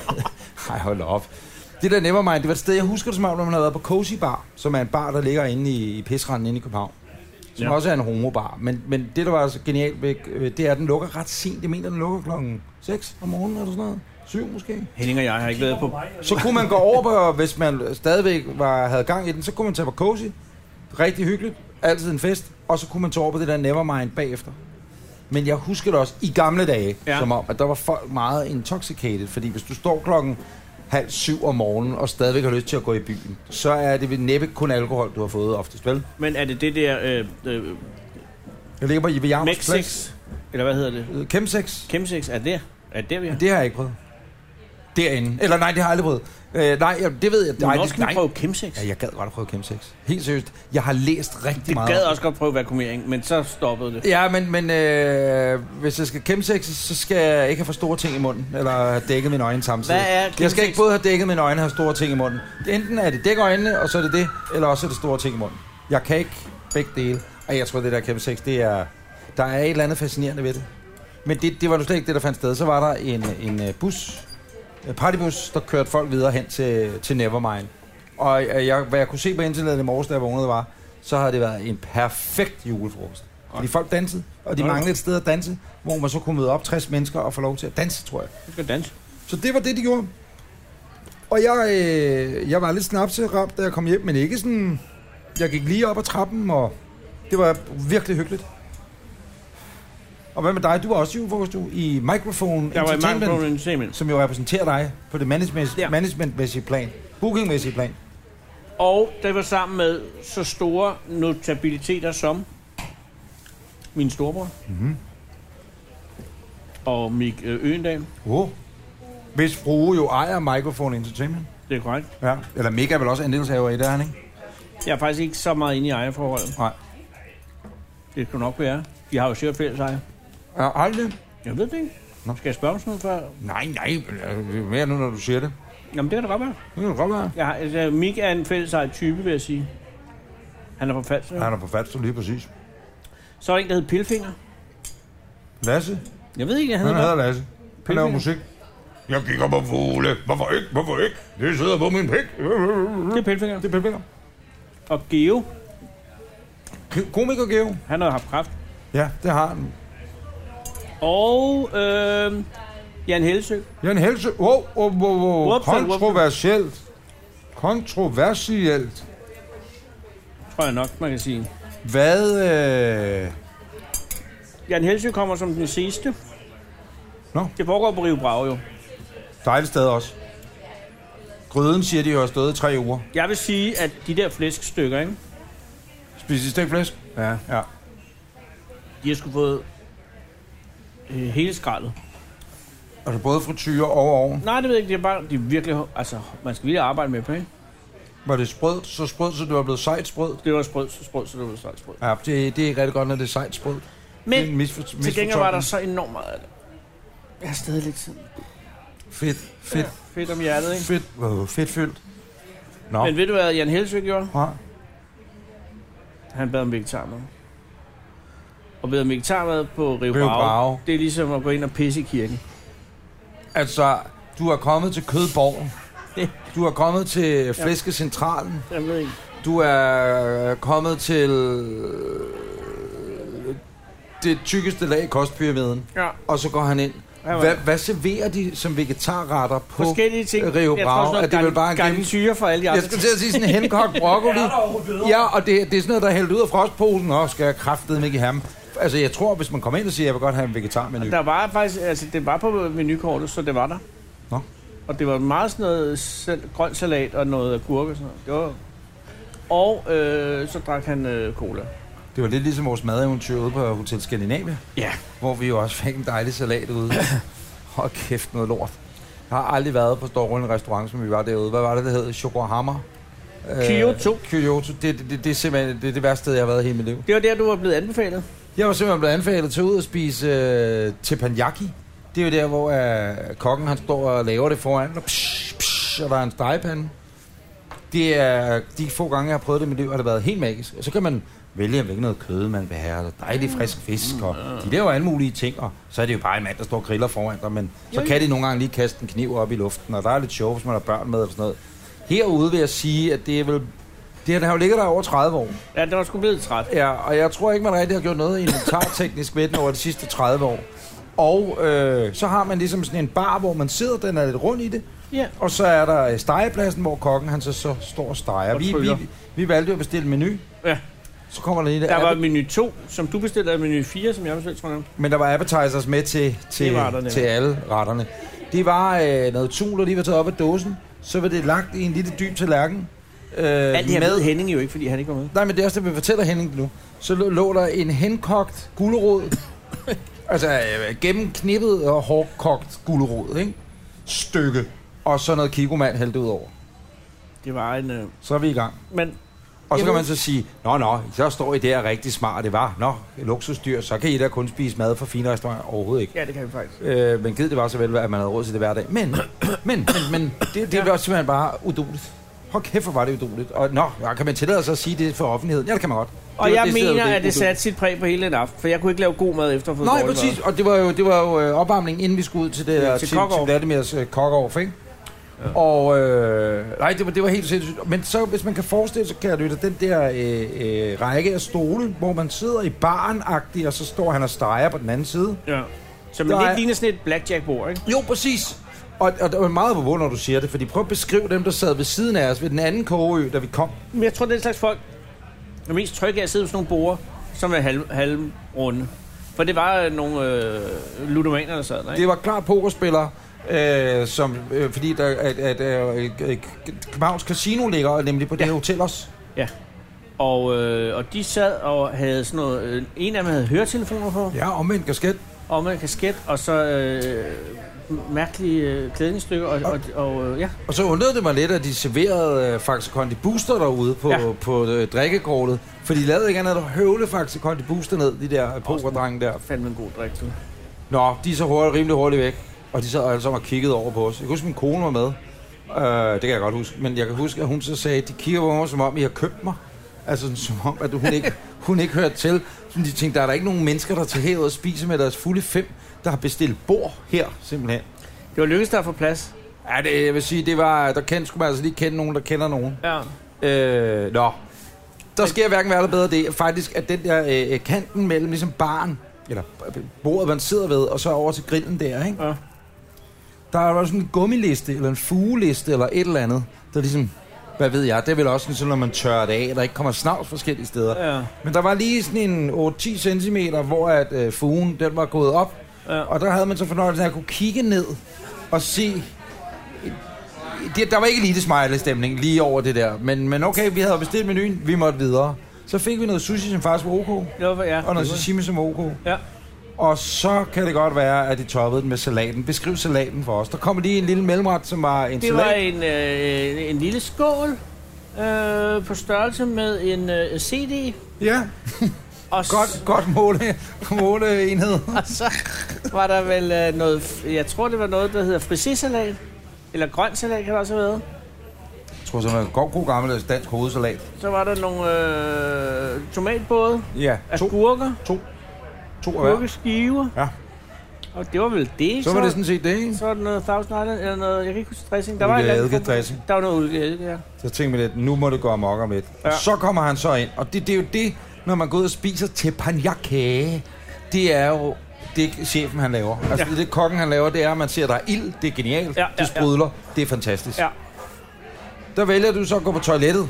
S1: nej, hold op. Det der Nevermind, det var et sted, jeg husker det som om, når man havde været på Cozy Bar, som er en bar, der ligger inde i, i Pisranden inde i København. Som
S2: Ja.
S1: ja. også er en homobar. Men, men det, der var så genialt ved, øh, det er, at den lukker ret sent. Jeg mener, den lukker klokken 6 om morgenen eller sådan noget. 7 måske.
S2: Henning og jeg har ikke været på...
S1: Så kunne man gå over på, hvis man stadigvæk var, havde gang i den, så kunne man tage på Cozy. Rigtig hyggeligt. Altid en fest. Og så kunne man tage over på det der Nevermind bagefter. Men jeg husker det også i gamle dage,
S2: Ja.
S1: ja. som om, at der var folk meget intoxicated. Fordi hvis du står klokken halv syv om morgenen og stadigvæk har lyst til at gå i byen, så er det ved næppe kun alkohol, du har fået oftest, vel?
S2: Men er det det der... Øh, øh,
S1: Jeg ligger på Jeppe Jarmers Plads.
S2: Mexix? Eller hvad hedder det?
S1: Chemsex.
S2: Chemsex? Er det der? Er det der, vi har?
S1: Det har jeg ikke prøvet. Derinde. Eller nej, det har jeg aldrig prøvet. Øh, nej, jeg- det ved jeg.
S2: Du må
S1: Nej,
S2: også
S1: det,
S2: kunne
S1: nej,
S2: prøve chemsex.
S1: Ja, jeg gad godt at prøve chemsex. Helt seriøst. Jeg har læst rigtig
S2: Det
S1: meget.
S2: gad også godt prøve vakuumering, men så stoppede det.
S1: Ja, men, men øh, hvis jeg skal chemsex, så skal jeg ikke have for store ting i munden, eller have dækket mine øjne samtidig.
S2: Hvad er
S1: jeg skal
S2: chemsex?
S1: ikke både have dækket mine øjne og have store ting i munden. Enten er det dæk øjnene, og så er det det, eller også er det store ting i munden. Jeg kan ikke begge dele, og jeg tror, det der chemsex, det er... Der er et eller andet fascinerende ved det. Men det, det var nu slet ikke det, der fandt sted. Så var der en, en øh, bus, en partybus, der kørte folk videre hen til, til Nevermind. Og øh, jeg, hvad jeg kunne se på internettet i morges, da jeg vågnede, var, så havde det været en perfekt julefrokost. Fordi folk dansede, og de
S2: Nå.
S1: manglede et sted at danse, hvor man så kunne møde op 60 mennesker og få lov til at danse, tror jeg.
S2: Du skal danse.
S1: Så det var det, de gjorde. Og jeg, øh, jeg var lidt snapseramt, da jeg kom hjem, men ikke sådan... Jeg gik lige op ad trappen, og det var virkelig hyggeligt. Og hvad med dig? Du var også i Ufos, du, i Microphone
S2: Der var i mange
S1: Entertainment,
S2: problemer i systemet.
S1: som jo repræsenterer dig på det management-
S2: Ja.
S1: managementmæssige plan, bookingmæssige plan.
S2: Og det var sammen med så store notabiliteter som min storebror. Mm-hmm.
S1: Mhm.
S2: Og Mik øh, Øgendal.
S1: Oh. Hvis frue jo ejer Microphone Entertainment.
S2: Det er korrekt.
S1: Ja. Eller Mika er vel også andelshaver i det, er han ikke?
S2: Jeg er faktisk ikke så meget inde i ejerforholdet.
S1: Nej.
S2: Det skulle nok være. Vi har jo sikkert fælles ejer.
S1: Ja, aldrig.
S2: Jeg ved det ikke.
S1: Nå.
S2: Skal jeg spørge om sådan noget før?
S1: Nej, nej, men, øh, mere nu, når du siger det.
S2: Jamen, det kan det godt være.
S1: Det kan godt være.
S2: Ja, altså, Mik er en fællesejet type, vil jeg sige. Han er på falsk.
S1: Han er på fatstol lige præcis.
S2: Så er der en, der hedder Pilfinger.
S1: Lasse?
S2: Jeg ved ikke, jeg
S1: Han
S2: havde noget.
S1: hedder Lasse. Han laver musik. Jeg kigger på fugle. Hvorfor ikke? Hvorfor ikke? Det sidder på min pik.
S2: Det er Pilfinger.
S1: Det er Pelle
S2: Og Geo,
S1: Komiker Geo.
S2: han har haft kraft.
S1: Ja, det har han.
S2: Og øh, Jan Helsø.
S1: Jan Helse. Wow, wow, wow, wow.
S2: Whoops,
S1: Kontroversielt. Kontroversielt.
S2: tror jeg nok, man kan sige.
S1: Hvad... Øh...
S2: Jan Helsø kommer som den sidste.
S1: Nå.
S2: Det foregår på Rio Bravo jo.
S1: Dejligt sted også. Gryden siger, de har stået i tre uger.
S2: Jeg vil sige, at de der flæskstykker, ikke?
S1: Spiser I stegt flæsk?
S2: Ja.
S1: Ja.
S2: De har sgu fået øh, hele skraldet.
S1: Altså både frityre og oven.
S2: Nej, det ved jeg ikke. Det er bare, de er virkelig, altså, man skal virkelig arbejde med på, ikke?
S1: Var det sprødt, så sprødt, så det var blevet sejt sprødt.
S2: Det var sprød, så sprød, så det var straks sprød.
S1: Ja, det, det er ikke rigtig godt, når det er sejt sprødt. Det er en
S2: Men
S1: misfor-
S2: til gengæld var der
S1: misfortolkning.
S2: så enormt meget af det. Jeg har stadig lidt tid.
S1: Fedt, fedt,
S2: Fedt. Fedt om hjertet, ikke?
S1: fedt, wow, fedt fyldt. Nå,
S2: Men ved du, hvad Jan Helsø gjorde?
S1: ja.
S2: Han bad om vegetarmad. Og bad om vegetarmad på Rio,
S1: Rio Bravo.
S2: Det er ligesom at gå ind og pisse i kirken.
S1: altså, du er kommet til
S2: [LAUGHS]
S1: Kødborgen.
S2: Det.
S1: Du er kommet til Flæskecentralen.
S2: Jeg ved ikke.
S1: Du er øh, kommet til øh, det tykkeste lag i kostpyramiden.
S2: Ja.
S1: Og så går han ind.
S2: Hvad var
S1: Hvad,
S2: det?
S1: hvad serverer de som vegetarretter på...
S2: Forskellige ting.
S1: Rio Bravo, at det vil bare gennem-
S2: garantier for alle de
S1: Jeg
S2: andre.
S1: skulle til at sige sådan en
S2: [LAUGHS]
S1: henkogt broccoli. Ja, og det, det er sådan noget, der er hældt ud af frostposen. Åh, skal jeg kraftedeme ikke i ham. Altså, jeg tror, hvis man kommer ind og siger, jeg vil godt have en vegetarmenu.
S2: Der var faktisk, altså det var på menukortet, så det var der.
S1: Nå.
S2: Og det var meget sådan noget sal- grøn salat og noget agurk og sådan noget. Det var... Og øh, så drak han øh, cola.
S1: Det var lidt ligesom vores madeventyr ude på Hotel Skandinavia,
S2: Ja.
S1: hvor vi jo også fik en dejlig salat
S2: [CLEARS THROAT]
S1: ude. Hold kæft, noget lort. Jeg har aldrig været på Storrøn restaurant, som vi var derude. Hvad var det, det hed? Chokohammer? Øh,
S2: Kyoto.
S1: Kyoto. Det, det, det, det er simpelthen det, er det værste sted, jeg har været i hele mit liv.
S2: Det var der, du var blevet anbefalet.
S1: Jeg var simpelthen blevet anbefalet til ud at spise øh, teppanyaki. Det er jo der, hvor øh, kokken han står og laver det foran, og, psh, psh, og der er en stegepande. Det er de få gange, jeg har prøvet det i mit liv, har det været helt magisk. Og så kan man vælge, hvilken noget kød man vil have, og dejlig frisk fisk, og de laver alle mulige ting, og så er det jo bare en mand, der står og griller foran dig, men så kan de nogle gange lige kaste en kniv op i luften, og der er lidt sjov, hvis man har børn med, og sådan noget. Herude vil jeg sige, at det er vel... Det her, den har jo ligget der i over 30 år.
S2: Ja, det var sgu blevet træt.
S1: Ja, og jeg tror ikke, man rigtig har gjort noget inventarteknisk ved den over de sidste 30 år. Og øh, så har man ligesom sådan en bar, hvor man sidder, den er lidt rund i det.
S2: Ja.
S1: Og så er der øh, stegepladsen, hvor kokken han så, så står og steger.
S2: Og
S1: vi,
S2: trykker.
S1: vi, vi valgte jo at bestille menu.
S2: Ja.
S1: Så kommer der lige
S2: Der var
S1: der.
S2: menu 2, som du bestilte, og menu 4, som jeg bestilte, tror jeg.
S1: Men der var appetizers med til, til,
S2: Det var der nemlig.
S1: til alle retterne. Det var øh, noget tun, der lige var taget op af dåsen. Så var det lagt i en lille dyb tallerken. Øh,
S2: Alt det her med Henning jo ikke, fordi han ikke var med.
S1: Nej, men det er også det, vi fortæller Henning nu. Så lå, lå der en henkogt gulerod.
S2: [LAUGHS]
S1: altså øh, gennemknippet og hårdkogt gulerod, ikke? Stykke. Og så noget kigomand hældt ud over.
S2: Det var en... Øh...
S1: Så er vi i gang.
S2: Men
S1: Og så kan
S2: Jamen.
S1: man så sige, nå, nå, så står I der rigtig smart, det var, nå, luksusdyr, så kan I da kun spise mad fra fine restauranter overhovedet ikke.
S2: ja, det kan vi faktisk.
S1: Øh, men givet det var så vel, at man havde råd til det hver dag. Men, [CLEARS THROAT] men, men, men det, det var simpelthen bare uduligt. Hold kæft, hvor var det uduligt. Og nå, ja, kan man tillade sig at sige det for offentligheden? Ja, det kan man godt. Det
S2: Og
S1: var
S2: jeg
S1: decideret
S2: mener,
S1: uduligt.
S2: at det satte sit præg på hele den aften, for jeg kunne ikke lave god mad efter at have fået
S1: Nej,
S2: dårlig mad.
S1: præcis. Og det var jo, det var jo øh, opvarmningen, inden vi skulle ud til det der til,
S2: til
S1: til
S2: Kokkehoff.
S1: Vladimirs øh, kokkeoff, ikke? Ja. Og øh, nej, det var, det var helt sindssygt. Men så, hvis man kan forestille sig, kan jeg lytte, den der øh, øh, række af stole, hvor man sidder i baren og så står han og steger på den anden side.
S2: Ja. Så men
S1: Der
S2: det
S1: er-
S2: ligner sådan et blackjack-bord, ikke?
S1: Jo, præcis. Og, og det var meget på, når du siger det, fordi prøv at beskrive dem, der sad ved siden af os ved den anden kogeø, da vi kom.
S2: Men jeg tror, det er den slags folk, der er mest trygge af at sidde ved sådan nogle borer, som er halv, halvrunde. For det var øh, nogle øh, ludomaner, der sad der, ikke?
S1: Det var klart pokerspillere, øh, som, øh, fordi der, at, at, øh, øh, Københavns Casino ligger nemlig på det
S2: Ja.
S1: her hotel også.
S2: Og, øh, og de sad og havde sådan noget... Øh, en af dem havde høretelefoner på,
S1: Ja, omvendt kasket.
S2: og med en kasket, og så øh, mærkelige øh, klædningsstykker, og, og, og øh, ja.
S1: Og så undrede det mig lidt, at de serverede øh, Faxe Kondi Booster derude på,
S2: Ja.
S1: ja. på øh, drikkekortet. For de lavede ikke andet end at høvle Faxe Kondi Booster ned, de der øh, pokerdrenge der.
S2: Fandme en god drik, du.
S1: Nå, de er så hurtigt, rimelig hurtigt væk. Og de sad alle sammen og kiggede over på os. Jeg kan huske, min kone var med. Øh, det kan jeg godt huske. Men jeg kan huske, at hun så sagde, de kigger på mig, som om I har købt mig. Altså, sådan, som om, at hun ikke, hun ikke hørte til. Så de tænkte, der er der ikke nogen mennesker, der tager herud og spiser med deres fulde fem, der har bestilt bord her, simpelthen.
S2: Det var lykkedes der at få plads.
S1: Ja, det, jeg vil sige, det var, der kendte, skulle man altså lige kende nogen, der kender nogen.
S2: Ja.
S1: Øh, nå. Der sker hverken værre eller bedre det. Faktisk, at den der øh, kanten mellem ligesom baren, eller b- bordet, man sidder ved, og så over til grillen der, ikke?
S2: Ja.
S1: Der er jo sådan en gummiliste, eller en fugeliste, eller et eller andet, der ligesom, hvad ved jeg, det er vel også sådan, når man tørrer det af, der ikke kommer snavs forskellige steder.
S2: Ja.
S1: Men der var lige sådan en 8-10 cm, hvor at øh, fugen, den var gået op,
S2: Ja.
S1: og der havde man så fornøjelsen af at kunne kigge ned og se... Det, der var ikke elite smiley stemning lige over det der, men, men okay, vi havde bestilt menuen, vi måtte videre. Så fik vi noget sushi, som faktisk var ok, og
S2: Det var, ja.
S1: noget sashimi, som var ok.
S2: Ja.
S1: Og så kan det godt være, at de toppede den med salaten. Beskriv salaten for os. Der kom lige en lille mellemret, som var en
S2: Det
S1: salat.
S2: var en, øh, en lille skål øh, på størrelse med en øh, CD.
S1: Ja,
S2: Og s-
S1: godt, godt måle, måleenhed.
S2: [LAUGHS] Og så var der vel øh, noget, f- jeg tror det var noget, der hedder frisésalat. Eller grøn salat kan det også have været.
S1: Jeg tror, så var en god, god gammeldags dansk hovedsalat.
S2: Så var der nogle øh, tomatbåde,
S1: Ja, to,
S2: agurker,
S1: to af hver.
S2: agurkeskiver.
S1: Ja.
S2: Og det var vel det.
S1: Så var det sådan set det, ikke?
S2: så var der noget Thousand Island, eller noget, jeg kan ikke huske dressing. Der var, et eller andet-
S1: Ulike-eddike-dressing.
S2: der var noget ulike ja.
S1: Så tænkte vi lidt, nu må det gå amok om lidt. Ja.
S2: Ja.
S1: Så kommer han så ind, og det, det er jo det, når man går ud og spiser til panjakage, det er jo det chefen han laver. Altså ja.
S2: Ja.
S1: det, det kokken han laver, det er, at man ser, der er ild, det er genialt, ja,
S2: Ja,
S1: ja,
S2: ja,
S1: det sprudler, det er fantastisk.
S2: Ja.
S1: Der vælger du så at gå på toilettet,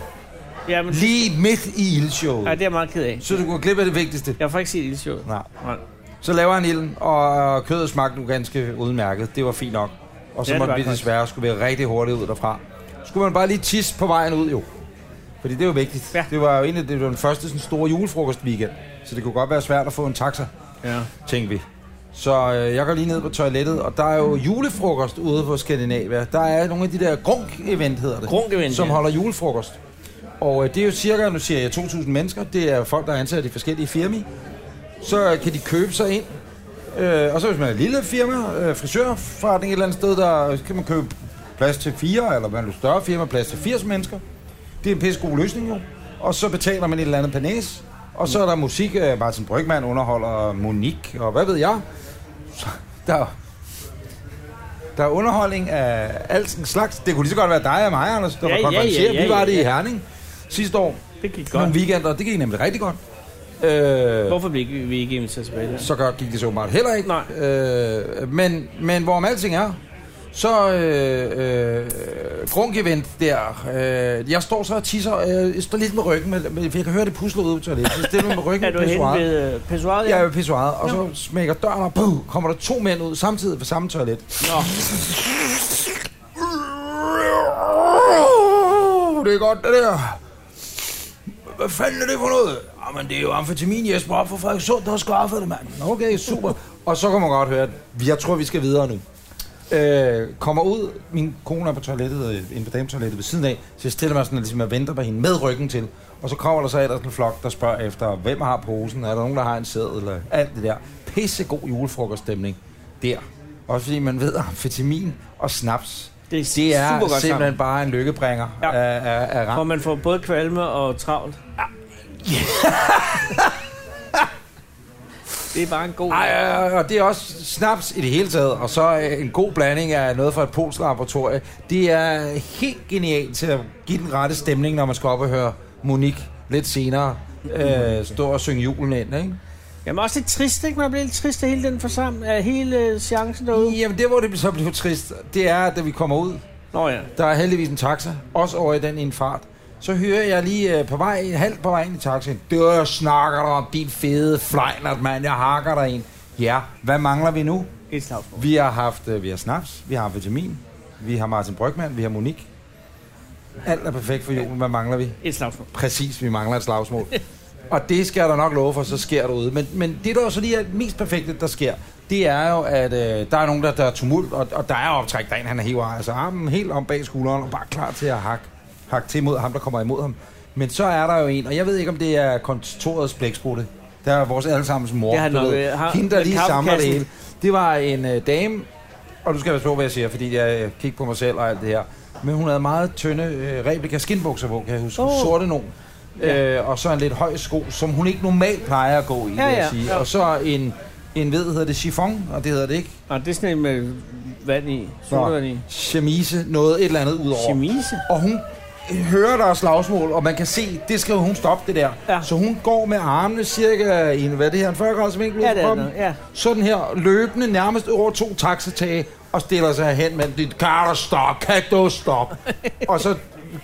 S2: Ja, men,
S1: lige midt i ildshowet,
S2: ja, det er jeg meget ked af.
S1: så du går glip af det vigtigste.
S2: Jeg har faktisk set det sjovt.
S1: Nej.
S2: Nej.
S1: Så laver han ilden, og kødet smagte nu ganske udmærket. Det var fint nok. Og så ja,
S2: Ja, det
S1: måtte
S2: var
S1: vi
S2: det faktisk.
S1: desværre skulle være rigtig hurtigt ud derfra. Skulle man bare lige tisse på vejen ud, jo. Fordi det var vigtigt. Ja.
S2: Ja.
S1: Det var jo en af det var den første sådan, store julefrokostweekend. Så det kunne godt være svært at få en taxa,
S2: Ja.
S1: tænkte vi. Så øh, jeg går lige ned på toilettet, og der er jo julefrokost ude på Skandinavia. Der er nogle af de der grunk-event, hedder det
S2: Grunkevind.
S1: som holder julefrokost. Og øh, det er jo cirka, nu siger jeg 2.000 mennesker, det er folk, der er ansat i forskellige firmaer. Så øh, kan de købe sig ind. Øh, og så hvis man er et lille firma, øh, frisørforretning et eller andet sted, der øh, så kan man købe plads til fire, eller man er et større firma, plads til 80 mennesker. Det er en pisse god løsning jo. Og så betaler man et eller andet panes. Og så er der musik, øh, Martin Brygman underholder Monique, og hvad ved jeg. Så, der, der er underholdning af alting slags. Det kunne lige så godt være dig og mig, Anders, der
S2: Ja,
S1: var
S2: ja,
S1: konferencier.
S2: ja, ja,
S1: Vi var det i
S2: ja.
S1: Herning sidste år.
S2: Det gik
S1: Nogle
S2: godt.
S1: weekender, det gik nemlig rigtig godt. Øh,
S2: Hvorfor blev vi ikke inviteret tilbage der?
S1: så godt gik det så meget heller ikke.
S2: Nej.
S1: Øh, men, men hvorom alting er, så øh, øh, grunkevent der. Øh, jeg står så og tisser. Øh, jeg står lidt med ryggen, med, med, for jeg kan høre det pusler ude på toilettet. Så stiller jeg mig med ryggen
S2: [LAUGHS] Er du
S1: med
S2: henne
S1: pissoiret.
S2: ved øh, pissoiret?
S1: Jeg er ved pissoiret, og så smækker døren op. Puh, kommer der to mænd ud samtidig på samme toilet.
S2: Nå.
S1: Uh, det er godt, det der. Hvad fanden er det for noget? Jamen, det er jo amfetamin, Jesper, op for Frederikssund, der har skaffet det, mand. Nå, Okay, super. Og så kan man godt høre, at vi- jeg tror, vi skal videre nu. Øh, kommer ud, min kone er på toilettet, øh, inde på dametoilettet ved siden af, så jeg stiller mig sådan, at ligesom, jeg venter på hende med ryggen til. Og så kommer der så ellers en flok, der spørger efter, hvem har posen, er der nogen, der har en sæd, eller alt det der. Pissegod julefrokoststemning der. Også fordi man ved, at amfetamin og snaps,
S2: Det er,
S1: det er
S2: super godt
S1: simpelthen
S2: sammen.
S1: bare en lykkebringer ja.
S2: Ja.
S1: af, af, af
S2: Hvor
S1: ram.
S2: man får både kvalme og travlt. [LAUGHS] det er bare en god...
S1: Ej, øh, og det er også snaps i det hele taget, og så øh, en god blanding af noget fra et polsk laboratorie. Det er helt genialt til at give den rette stemning, når man skal op og høre Monique lidt senere øh, stå og synge julen ind, ikke?
S2: Jamen også lidt trist, ikke? Man bliver lidt trist af hele den forsamling, af hele øh, seancen derude.
S1: Jamen, det hvor det så bliver trist, det er, da vi kommer ud,
S2: Nå ja.
S1: Der er heldigvis en taxa, også over i den i en fart. Så hører jeg lige øh, på vej, halvt på vej ind i taxaen. Det snakker du om, din fede flejnert, mand. Jeg hakker dig ind. Ja, hvad mangler vi nu?
S2: Et slagsmål.
S1: Vi har haft, øh, vi har snaps, vi har amfetamin, vi har Martin Brygman, vi har Monique. Alt er perfekt for julen. Hvad mangler vi?
S2: Et slagsmål.
S1: Præcis, vi mangler et
S2: [LAUGHS]
S1: slagsmål. Og det skal jeg da nok love for, så sker det ude. Men, men det, der jo så lige er det mest perfekte, der sker, det er jo, at øh, der er nogen, der, der er tumult, og, og der er optræk. Der er en, han hiver altså armen helt om bag skulderen, og bare klar til at hakke, hakke til mod ham, der kommer imod ham. Men så er der jo en, og jeg ved ikke, om det er kontorets blæksprutte. Der er vores allesammens mor.
S2: Det er han
S1: du
S2: nok,
S1: ved.
S2: øh, har-
S1: Hende, der
S2: med
S1: lige samler det
S2: kaffekassen.
S1: hele. Det var en øh, dame, og du skal passe på, hvad jeg siger, fordi jeg øh, kigger på mig selv og alt det her. Men hun havde meget tynde øh, replika skinbukser på, kan jeg huske. Oh.
S2: Åh.
S1: Sorte nogen. Ja. Øh, og så en lidt høj sko, som hun ikke normalt plejer at gå i, ja, vil jeg
S2: ja,
S1: sige.
S2: ja.
S1: Og så en, en ved, hedder det chiffon, og det hedder det ikke.
S2: Nej, det er sådan en med vand i. Sodavand i.
S1: Chemise, noget et eller andet udover.
S2: Chemise.
S1: Og hun øh, hører der er slagsmål, og man kan se, det skal hun stoppe det der.
S2: Ja.
S1: Så hun går med armene cirka i en, hvad er det her, en 40 graders vinkel ud
S2: Ja, det
S1: fra
S2: er
S1: kroppen.
S2: noget. Ja.
S1: sådan her løbende nærmest over to taxatage og stiller sig hen med dit kan du stop, kan du stop? og så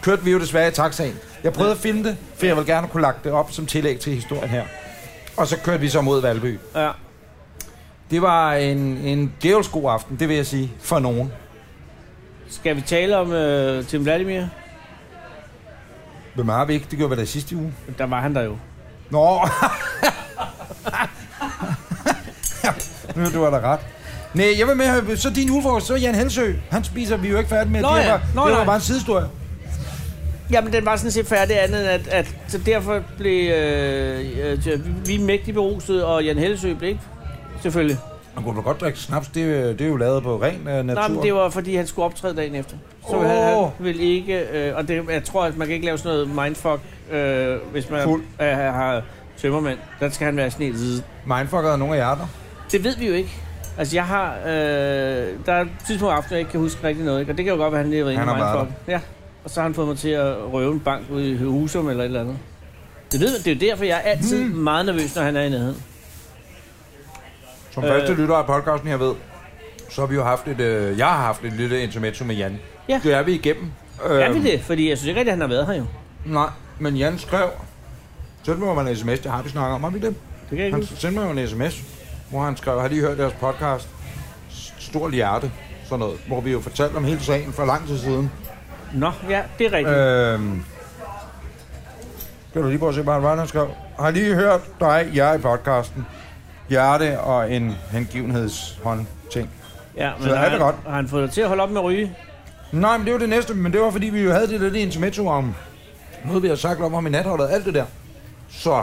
S1: kørte vi jo desværre i taxaen. Jeg prøvede at filme det, for jeg ville gerne kunne lagt det op som tillæg til historien her. Og så kørte vi så mod Valby.
S2: ja.
S1: Det var en, en djævelsk god aften, det vil jeg sige, for nogen.
S2: Skal vi tale om øh, Tim Vladimir?
S1: Hvem har vi ikke? Det gjorde vi da sidste uge.
S2: Der var han der jo.
S1: Nå! [LAUGHS] nu du var da ret. Nej, jeg vil med, så din julefrokost, så Jan Helsø. Han spiser vi er jo ikke færdig med.
S2: Nå
S1: det,
S2: ja,
S1: var,
S2: nå
S1: det var
S2: nej.
S1: bare en sidehistorie.
S2: Jamen, den var sådan set færdig andet, end at, at så derfor blev... Øh, øh, vi- vi er mægtig beruset, og Jan Hellesø blev ikke. Selvfølgelig.
S1: Man kunne da godt drikke snaps, det, øh, det er jo lavet på ren øh, natur.
S2: Nej, men det var, fordi han skulle optræde dagen efter. Så oh.
S1: Åh.
S2: han, han ville ikke... Øh, og det, jeg tror, at man kan ikke lave sådan noget mindfuck, øh, hvis man
S1: Fuld.
S2: øh, har tømmermænd. Der skal han være sådan helt...
S1: Mindfucker af nogle af jer der.
S2: Det ved vi jo ikke. Altså, jeg har... Øh, der er et tidspunkt af aftenen, jeg ikke kan huske rigtig noget, ikke? Og det kan jo godt være, at han lige har været
S1: Han
S2: inde i
S1: har været
S2: mindfuck. Ja. Og så har han fået mig til at røve en bank ude i Husum eller et eller andet. Det ved man, det er jo derfor, jeg er altid hmm. meget nervøs, når han er i nærheden.
S1: Som
S2: Øh.
S1: øh. første lytter af podcasten, jeg ved, så har vi jo haft et, øh, jeg har haft et lille intermezzo med Jan.
S2: Ja.
S1: Det er vi igennem. Øhm,
S2: Øh. Er vi det? Fordi jeg synes ikke rigtig, han har været her jo.
S1: Nej, men Jan skrev, sendte mig jo en sms, det har vi snakket om, har vi det?
S2: Det kan jeg ikke
S1: Han
S2: huske.
S1: sendte mig jo en sms, hvor han skrev, har lige hørt deres podcast, S- Stort Hjerte, sådan noget, hvor vi jo fortalte om hele sagen for lang tid siden.
S2: Nå, ja, det er rigtigt. Øh.
S1: Øhm, kan du lige prøve at se, hvad han var, han skrev? Har lige hørt dig, jeg i podcasten. Hjerte og en hengivenhedshåndting.
S2: Ja, men
S1: så er
S2: har
S1: det
S2: han,
S1: godt.
S2: Har han fået dig til at holde op med at ryge?
S1: Nej, men det var det næste, men det var fordi, vi jo havde det der intermezzo om noget, vi har sagt om ham i natholdet, alt det der. Så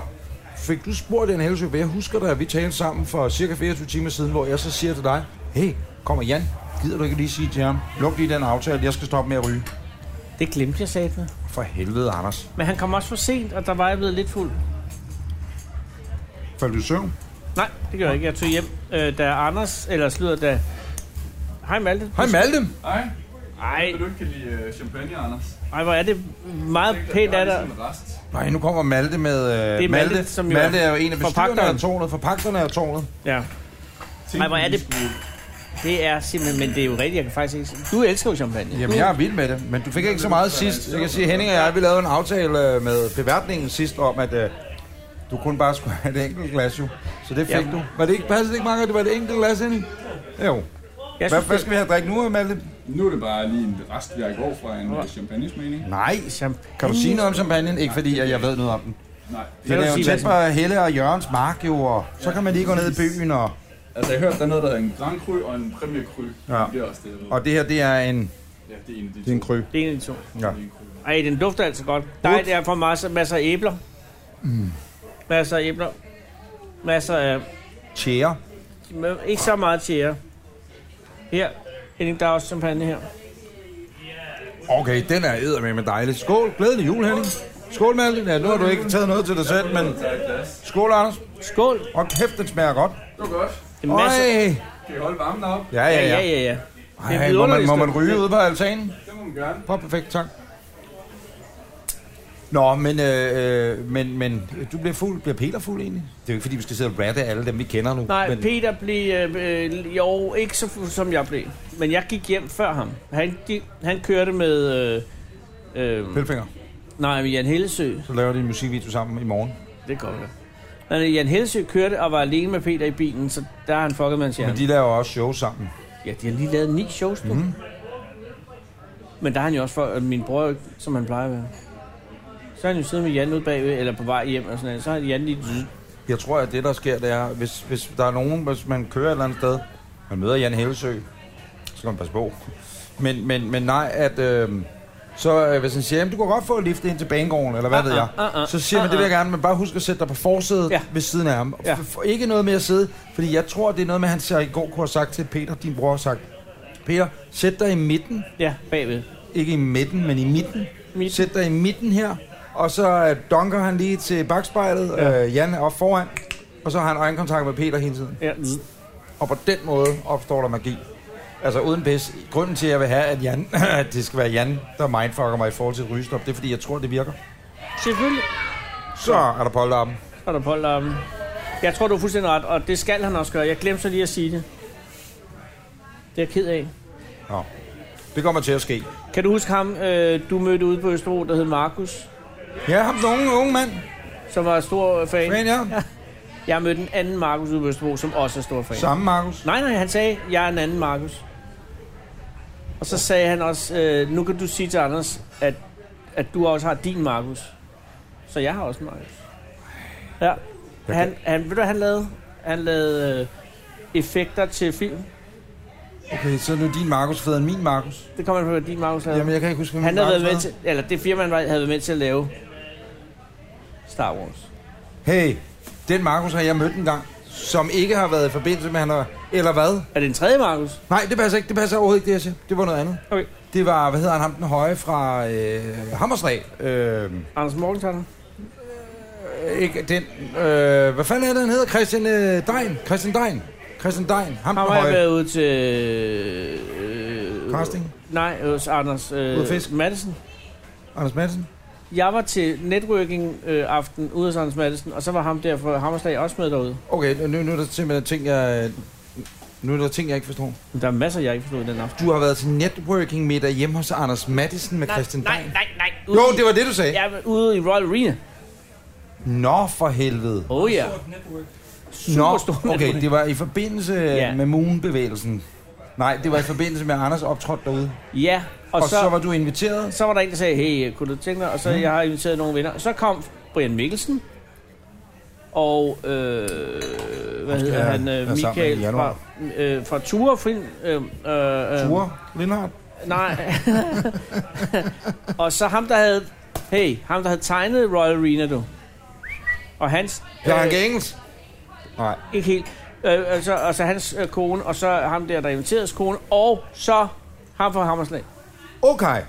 S1: fik du spurgt den helse, jeg husker dig, at vi talte sammen for cirka 24 timer siden, hvor jeg så siger til dig, hey, kommer Jan, gider du ikke lige sige til ham, luk lige den aftale, jeg skal stoppe med at ryge.
S2: Det glemte jeg satme.
S1: For helvede, Anders.
S2: Men han kom også for sent, og der var jeg blevet lidt fuld.
S1: Faldt du i søvn?
S2: Nej, det gør jeg ikke. Jeg tog hjem, øh, da Anders, eller slutter, da... Hej Malte.
S1: Hej Malte.
S8: Ej,
S2: Ej,
S8: vil du ikke kan lide øh, champagne, Anders?
S2: ej, hvor er det meget pænt af dig.
S8: Det er rest.
S1: Nej, nu kommer Malte med... Øh, det
S2: Malte,
S1: er Malte,
S2: som
S1: som
S2: jo
S1: Malte
S2: er
S1: er jo en af bestyrerne
S2: forpagteren.
S1: af tårnet, forpagterne af tårnet.
S2: Ja,
S8: Tænk,
S2: Ej, hvor er
S8: vi
S2: det-
S8: skulle-
S2: det er simpelthen... Men det er jo rigtigt, jeg kan faktisk ikke... sige- Du elsker jo champagne.
S1: Jamen, jeg er vild med det, men du fik ikke så meget sidst. Jeg kan sige, Henning og jeg, vi lavede en aftale øh, med beværtningen sidst om, at øh, du kun bare skulle have et enkelt glas, jo. Så det fik
S2: Jamen.
S1: Jamen. du. Var det ikke, passede det ikke mange, at det var et enkelt glas, Henning? Jo. Hvad,
S2: Jeg synes,
S1: hvad skal vi have at drikke nu, Malte?
S8: Nu er det bare lige en rest, jeg går fra en øh, champagnesmening.
S1: Nej.
S2: det- champagne...
S1: Kan du sige noget om champagnen? Ikke fordi, at jeg ved noget om den.
S8: Nej.
S1: Den
S2: vil
S1: er jo
S2: sige,
S1: tæt
S2: hvad-
S1: på Helle og Jørgens mark, jo, og så kan man lige gå ned i byen. Og,
S8: Altså, jeg hørte, der er noget, der hedder en Grand Cru og en Premier Cru.
S1: Ja.
S8: Det er også det, jeg ved.
S1: og det her, det er en,
S8: Ja, det er en af de
S1: det er en kry.
S2: Det er en af de to.
S1: Ja.
S8: Det er en Cru.
S2: Ej, den dufter altså godt. Der er, der er for masser, masser af æbler. Mm. Masser af æbler. Masser af...
S1: Tjære.
S2: Men Ikke så meget tjære. Her. Henning, der er også champagne her.
S1: Okay, den er eddermame med dejlig. Skål. Glædelig jul, Henning. Skål, Malte. Ja, nu har du ikke taget noget til dig selv, men
S8: Der er et glas.
S1: skål, Anders.
S2: Skål.
S1: Og kæft, den smager godt.
S8: Det var godt.
S2: Det er masser...
S1: Øj.
S8: Kan I holde varmen op?
S1: Ja, ja,
S2: ja,
S1: ja.
S2: ja, ja. Det er
S1: Ej, må, man,
S2: vidunderligt
S1: må man
S2: sted.
S1: ryge ude på altanen?
S8: Det må man gerne.
S1: Prøv perfekt, tak. Nå, men, øh, øh, men, men du bliver fuld. Bliver Peter fuld egentlig? Det er jo ikke, fordi vi skal sidde og ratte alle dem, vi kender nu.
S2: Nej,
S1: men,
S2: Peter blev... Øh, øh, jo, ikke så fuld, som jeg blev. Men jeg gik hjem før ham. Han, gik, han kørte med... Øh, øh,
S1: Pølfinger,
S2: nej, med Jan Hellesø.
S1: så laver de en musikvideo sammen i morgen.
S2: Det går godt. Men Jan Hellesø kørte og var alene med Peter i bilen, så der har han fucket med hans
S1: Men
S2: hjerne.
S1: de Mhm. laver også show sammen.
S2: Ja, de har lige lavet ni shows nu. Mm. Men der har han jo også for, at min bror, som han plejer at være. Så har han jo siddet med Jan ude bagved, eller på vej hjem og sådan noget. Så har Jan lige...
S1: Jeg tror, at det, der sker, det er, hvis, hvis der er nogen, hvis man kører et eller andet sted, man møder Jan Hellesø, så skal man passe på. Men, men, men nej, at... Øh, så øh, hvis han siger, at du kan godt få liftet ind til banegården, eller hvad
S2: Ah,
S1: ved jeg,
S2: ah, ah, ah,
S1: så siger man, det vil jeg gerne, men bare husk at sætte dig på forsædet
S2: Ja.
S1: ved siden af ham.
S2: Ja.
S1: F- f- ikke noget med at sidde, fordi jeg tror, det er noget med, at han siger, i går kunne have sagt til Peter, din bror har sagt, Peter, sæt dig i midten,
S2: Ja, bagved.
S1: ikke i midten, men i midten.
S2: Midten.
S1: Sæt dig i midten her, og så øh, donker han lige til bagspejlet. Ja.
S2: Ja.
S1: Øh, Jan er op foran, og så har han øjenkontakt med Peter hele tiden.
S2: Ja.
S1: Og på den måde opstår der magi. Altså uden pis. Grunden til, at jeg vil have, at, Jan, [CLEARS THROAT] at det skal være Jan, der mindfucker mig i forhold til rygestop, det er, fordi jeg tror, det virker.
S2: Selvfølgelig
S1: Så er der polterappen.
S2: er der polterappen. Jeg tror, du er fuldstændig ret, og det skal han også gøre. Jeg glemte så lige at sige det. Det er jeg ked af.
S1: Det kommer til at ske.
S2: Kan du huske ham, øh, du mødte ude på Østerbro, der hed Markus,
S1: Ja, ham den unge, unge mand.
S2: som var stor fan?
S1: Men ja.
S2: Jeg mødte en anden Markus ude på Østerbro, som også er stor fan.
S1: Samme, Markus.
S2: Nej, nej, han sagde, jeg er en anden Markus. Og så sagde han også, øh, nu kan du sige til Anders, at, at du også har din Markus. Så jeg har også en Markus. Ja. Han, han, ved du, hvad han lavede? Han lavede øh, effekter til film.
S1: Okay, så er nu din Markus federe end min Markus.
S2: Det kommer an på, hvad din Markus lavede.
S1: Jamen, jeg kan ikke huske, hvem
S2: han
S1: min
S2: havde været
S1: Markus
S2: med til, eller det firma, han var- havde været med til at lave Star Wars.
S1: Hey, den Markus har jeg mødt en gang, som ikke har været i forbindelse med han har- Eller hvad?
S2: Er det en tredje Markus?
S1: Nej, det passer ikke. Det passer overhovedet ikke, det jeg siger. Det var noget andet.
S2: Okay.
S1: Det var, hvad hedder han, ham den høje fra øh, Hammerslag. Øh,
S2: Anders Morgenthaler?
S1: ikke den. Øh, hvad fanden er det, han hedder? Christian øh, Dein. Christian Dein. Christian Dein. Ham den
S2: Han var jeg
S1: høje.
S2: været ude til... Øh,
S1: Casting.
S2: Nej, hos Anders
S1: Ude at
S2: øh,
S1: fiske.
S2: Madsen.
S1: Anders Madsen.
S2: Jeg var til networking øh, aften ude hos Anders Madsen, og så var ham der fra Hammerslag også med derude.
S1: Okay, nu, nu er der simpelthen ting, jeg... Nu er der ting, jeg ikke forstår.
S2: Men der er masser, jeg ikke forstod i den aften.
S1: Du har været til networking middag hjemme hos Anders Madsen med Christian
S2: nej,
S1: Dein.
S2: nej, nej. Ude,
S1: Jo, det var det, du sagde.
S2: Jeg var ude i Royal Arena.
S1: Nå, for helvede.
S2: Åh oh, ja.
S1: Nå,
S2: stor
S1: okay,
S2: networking.
S1: det var i forbindelse
S2: Ja.
S1: med Moon-bevægelsen. Nej, det var i forbindelse med at Anders optrådte derude.
S2: Ja, og,
S1: Og, og så,
S2: så,
S1: var du inviteret.
S2: så var der en, der sagde, hey, kunne du tænke dig? Og så mm. jeg har inviteret nogle venner. Så kom Brian Mikkelsen. Og, øh,
S1: skal
S2: hvad hedder
S1: jeg
S2: han? Øh,
S1: være sammen med i
S2: Michael fra,
S1: januar.
S2: øh, fra Ture. Film, øh, øh, øh,
S1: Ture, Lindhardt. [LAUGHS]
S2: Nej. og så ham, der havde... Hey, ham, der havde tegnet Royal Arena, du. Og hans... øh,
S1: Bjørn Gengels. Nej.
S2: ikke helt. Øh, altså, altså hans øh, kone, og så ham der, der inviterede kone, og så ham fra Hammerslag.
S1: Okay.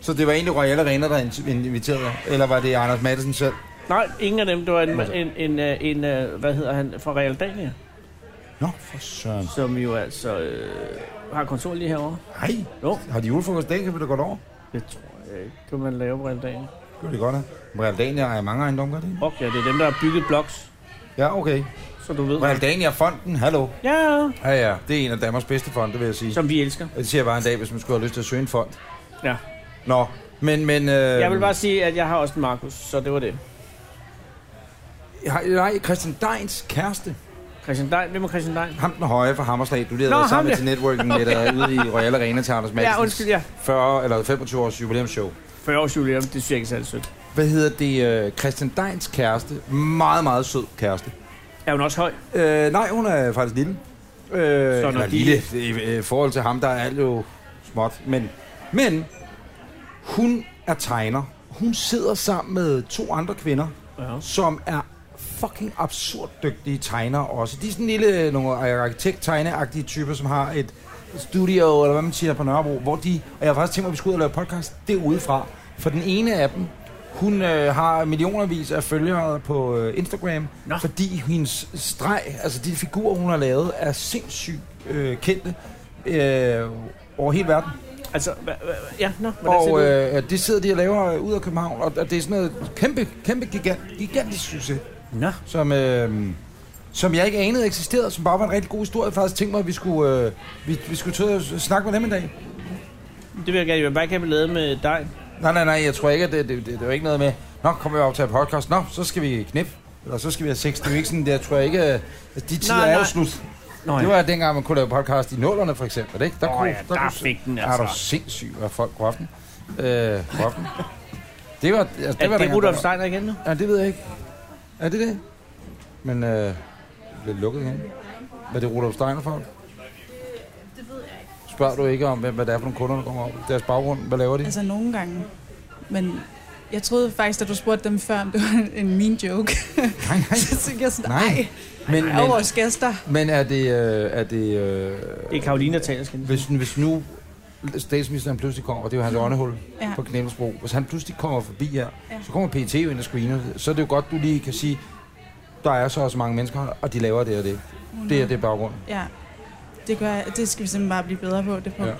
S1: Så det var egentlig Royal Arena, der in- inviterede dig? Eller var det Anders Madsen selv?
S2: Nej, ingen af dem. Det var en,
S1: Altså.
S2: en, en, øh, en, øh, hvad hedder han, fra Real Dania,
S1: Nå, for søren.
S2: som jo altså øh, har kontor lige herovre.
S1: Nej.
S2: Jo.
S1: Har de julefrokost dag, kan vi da godt over?
S2: Det tror jeg ikke, det man lave på Real Dania.
S1: Gør det godt, da. Real Dania ejer mange ejendomme, gør det ikke?
S2: Okay, det er dem, der har bygget bloks,
S1: Ja, okay.
S2: så du ved.
S1: Real Dania-fonden, hallo.
S2: Ja,
S1: Ja, ja. Det er en af Danmarks bedste fonde, vil jeg sige.
S2: som vi elsker.
S1: Det siger jeg bare en dag, hvis man skulle have lyst til at søge en fond.
S2: Ja.
S1: Nå, men... men øh,
S2: Jeg vil bare sige, at jeg har også en Markus, så det var det.
S1: har- Nej, Christian Deins kæreste.
S2: Christian Dein, hvem er Christian Dein?
S1: Ham den høje fra Hammerslag. Du lige
S2: Nå,
S1: havde været
S2: ham
S1: sammen
S2: der.
S1: til networking med dig ude i Royal Arena til Anders Madsens
S2: Ja, undskyld, ja.
S1: 40 eller 25 års jubilæumsshow.
S2: 40 års jubilæum, det synes jeg ikke er særlig sødt.
S1: Hvad hedder det? øh, Christian Deins kæreste. Meget, meget sød kæreste.
S2: Er hun også høj?
S1: Øh, nej, hun er faktisk lille. Øh, eller lille.
S2: lille.
S1: I øh, forhold til ham, der er alt jo småt. Men, men hun er tegner. Hun sidder sammen med to andre kvinder,
S2: Ja.
S1: som er fucking absurd dygtige tegnere også. De er sådan en lille, nogle arkitekt agtige typer, som har et studio, eller hvad man siger, på Nørrebro, hvor de, og jeg har faktisk tænkt mig, at vi skulle ud og lave podcast derudefra. For den ene af dem, hun øh, har millionervis af følgere på øh, Instagram, Nå.
S2: Nå.
S1: fordi hendes streg, altså de figurer, hun har lavet, er sindssygt øh, kendte øh, over hele verden.
S2: Altså, hva, hva, ja, nå, hvordan ser
S1: Og
S2: det ud?
S1: øh, det sidder de og laver øh, ud af København, og, og det er sådan noget kæmpe, kæmpe gigant, gigantisk succes
S2: Nå,
S1: som, øh, som jeg ikke anede eksisterede, som bare var en rigtig god historie. Jeg faktisk tænkte mig, at vi skulle, øh, vi, vi skulle tage og snakke med dem en dag. øh,
S2: det vil jeg gerne. Jeg vil bare ikke have lavet med dig.
S1: Nej, nej, nej, jeg tror ikke, at det, det, det, det var ikke noget med, nå, kommer vi op til podcast, nå, så skal vi knip, eller så skal vi have sex. Det er jo ikke sådan, det, jeg tror ikke, øh, altså, de tider
S2: Nej,
S1: er jo
S2: nej.
S1: slut.
S2: Nå,
S1: Det var dengang, man kunne lave podcast i nullerne, for eksempel, ikke?
S2: Åh, ja, der fik den,
S1: altså. Er du
S2: altså.
S1: sindssyg, hvad folk kunne aften? Øh, god aften. Det var, altså, det
S2: er
S1: var
S2: det,
S1: dengang,
S2: det Rudolf
S1: der-
S2: Steiner igen nu?
S1: Ja, det ved jeg ikke. Er det det? Men øh, det blev lukket igen. Hvad er det Rudolf Steiner for? Det ved jeg ikke. Spørger du ikke om, hvem- hvad det er for nogle kunder, der kommer op? Deres baggrund, hvad laver de?
S3: Altså nogle gange. Men jeg troede faktisk, at du spurgte dem før, om det var en mean joke. [LAUGHS]
S1: Nej, [LAUGHS] nej.
S3: så tænkte jeg sådan,
S1: Nej,
S3: nej,
S1: Men,
S3: det er jo
S1: men,
S3: vores gæster.
S1: men er det... Øh, er det øh,
S2: Det er Karolina Talers
S1: hvis, hvis nu statsministeren pludselig kommer, det er jo hans åndehul
S3: Ja.
S1: på Knemmelsbro, hvis han pludselig kommer forbi her,
S3: Ja.
S1: så kommer PET jo ind og screener, det. så er det jo godt, du lige kan sige, der er så og så mange mennesker, her, og de laver det og det. Det er det er baggrund.
S3: Ja. Det, gør, det skal vi simpelthen bare blive bedre på, det punkt.
S1: Ja.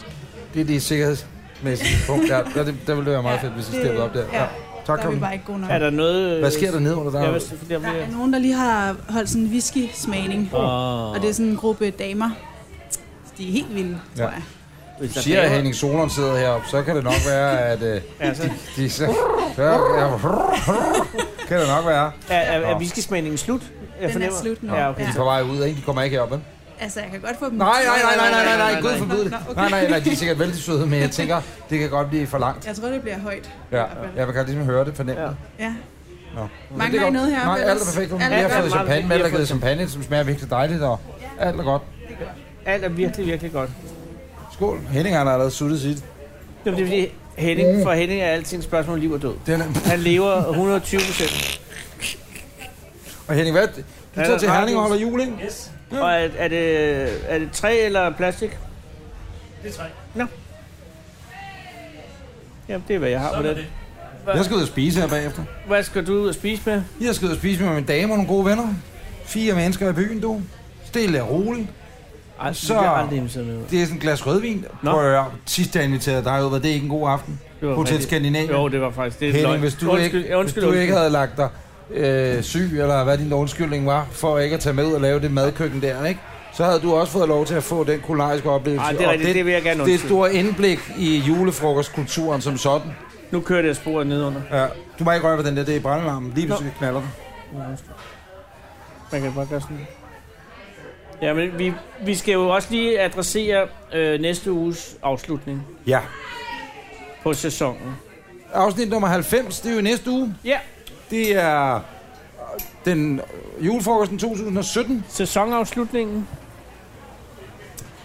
S1: Det er det sikkerhedsmæssige punkt. Ja, der, det, der ville det være meget fedt, hvis vi steppede op der. Ja. Tak,
S3: der er vi
S1: Kom.
S3: bare ikke gode nok.
S2: Er der noget... øh,
S1: Hvad sker der nede under
S2: Ja,
S1: der?
S2: hvis, der
S3: Der er
S2: bliver...
S3: nogen, der lige har holdt sådan en whisky-smagning.
S1: Ah.
S2: Åh.
S3: Og det er sådan en gruppe damer. De er helt vilde,
S1: Ja.
S3: ja. tror jeg.
S2: Hvis
S1: Du
S2: der
S1: siger, at
S2: bliver-
S1: Henning Solon sidder heroppe, så kan det nok være, at øh,
S2: Altså,
S1: de så, så ja, kan det nok være.
S2: er, er, er whiskysmagningen slut? Jeg
S3: Den er
S2: fornemmer-
S3: slut nu.
S2: Ja, okay.
S1: De er på vej ud, ikke? De kommer ikke herop, vel?
S3: Altså, jeg kan godt få dem.
S1: Nej, nej, nej, nej, nej, nej, nej, gud forbyde det.
S3: Nå, okay.
S1: Nej, nej, nej, de er sikkert vældig søde, men jeg tænker, det kan godt blive for langt.
S3: Jeg tror, det bliver højt.
S1: Ja, jeg kan godt ligesom høre det fornemme.
S2: Ja.
S1: det.
S3: Ja.
S1: Nå.
S3: Mangler
S1: Det er
S3: I noget
S1: godt.
S3: heroppe
S1: Nej, alt er
S3: ellers?
S1: perfekt. Vi
S3: Alt er
S1: har
S3: godt.
S1: fået champagne,
S2: Vi har
S1: med, der givet
S2: fået
S1: champagne, som smager virkelig dejligt, og alt er godt.
S2: Alt er virkelig, virkelig godt.
S1: Skål. Henning han har allerede suttet sit.
S2: Jamen, det er fordi,
S1: Mm.
S2: Henning, for Henning er altid et spørgsmål om liv og død.
S1: Det er nemt.
S2: Han lever 120 procent,
S1: Og Henning, hvad? Du
S2: Ja,
S1: tager til
S2: der er
S1: Herning og
S2: radius.
S1: holder jul, ikke?
S7: Yes,
S2: og er, er, det, er det træ eller plastik?
S7: det er tre.
S2: Jamen, det er, hvad jeg har på
S7: Sådan er
S2: det.
S7: det.
S1: Jeg skal ud og spise her bagefter.
S2: Hvad skal du ud og spise med?
S1: Jeg skal ud og spise med min dame og nogle gode venner. Fire mennesker i byen, du. Stille og roligt.
S2: Ej,
S1: Så-
S2: så... Jeg aldrig inviteret med. ud.
S1: Det er sådan et glas rødvin.
S2: Nå.
S1: Prøv at høre. Sidst jeg inviterede dig ud, var det ikke en god aften?
S2: Det var
S1: Hotel
S2: rigtigt.
S1: Skandinavien.
S2: Jo, det var faktisk... Det er
S1: Henning,
S2: løgn.
S1: hvis du,
S2: undskyld,
S1: ikke,
S2: undskyld,
S1: hvis du
S2: undskyld.
S1: ikke havde lagt dig øh, syg, eller hvad din undskyldning var, for ikke at tage med ud og lave det madkøkken der, ikke? så havde du også fået lov til at få den kulinariske oplevelse.
S2: Ej, det er
S1: Og
S2: rigtigt, det, det vil jeg gerne
S1: det er et
S2: undskylde. Det
S1: stort indblik i julefrokostkulturen som sådan.
S2: Nu kører det af sporet nedenunder.
S1: Ja. Du må ikke røre ved den der, det er brændelarmen. Lige
S2: Nå.
S1: pludselig knaller den.
S2: Man kan bare gøre sådan. Ja, men vi, vi skal jo også lige adressere øh, næste uges afslutning
S1: Ja.
S2: på sæsonen.
S1: Afsnit nummer 90, det er jo i næste uge.
S2: Ja,
S1: Det er øh, den øh, julefrokosten 2017.
S2: sæsonafslutningen.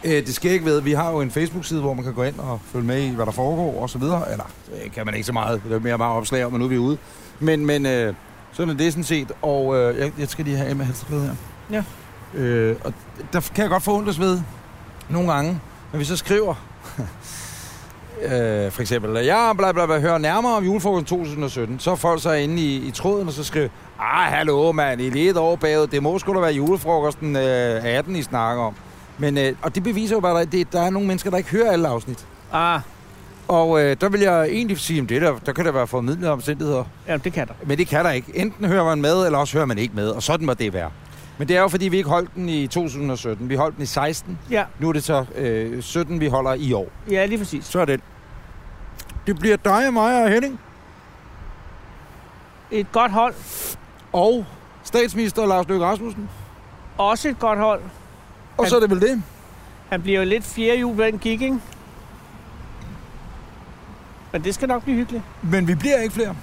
S1: Øh, det skal ikke ved. Vi har jo en Facebook-side, hvor man kan gå ind og følge med i, hvad der foregår og så videre. Eller øh, kan man ikke så meget. Det er mere bare opslag om, og nu er vi ude. Men, men øh, sådan er det sådan set. Og øh, jeg, jeg skal lige have Emma Halsted her.
S2: Ja.
S1: Øh, og der kan jeg godt forundres ved nogle gange, når vi så skriver... [LAUGHS] øh, for eksempel, jeg bla bla bla, hører nærmere om julefrokosten 2017, så er folk så inde i, i tråden, og så skriver, ah, hallo mand, I er lige et år bagud, det må sgu da være julefrokosten øh, 18, I snakker om. Men, øh, og det beviser jo bare, at det, der er nogle mennesker, der ikke hører alle afsnit.
S2: Ah,
S1: Og øh, der vil jeg egentlig sige, at det der, der kan der være formidlede omstændigheder.
S2: ja, det kan der.
S1: Men det kan der ikke. Enten hører man med, eller også hører man ikke med. Og sådan må det være. Men det er jo, fordi vi ikke holdt den i 2017. Vi holdt den i 16.
S2: Ja,
S1: Nu er det så øh, 17, vi holder i år.
S2: ja lige præcis.
S1: Så er det. Det bliver dig, mig og Henning.
S2: Et godt hold.
S1: Og statsminister Lars Løkke Rasmussen.
S2: Også et godt hold.
S1: Og så er det vel det.
S2: Han bliver jo lidt fjerde jul ved en gik, ikke? Men det skal nok blive hyggeligt.
S1: Men vi bliver ikke flere.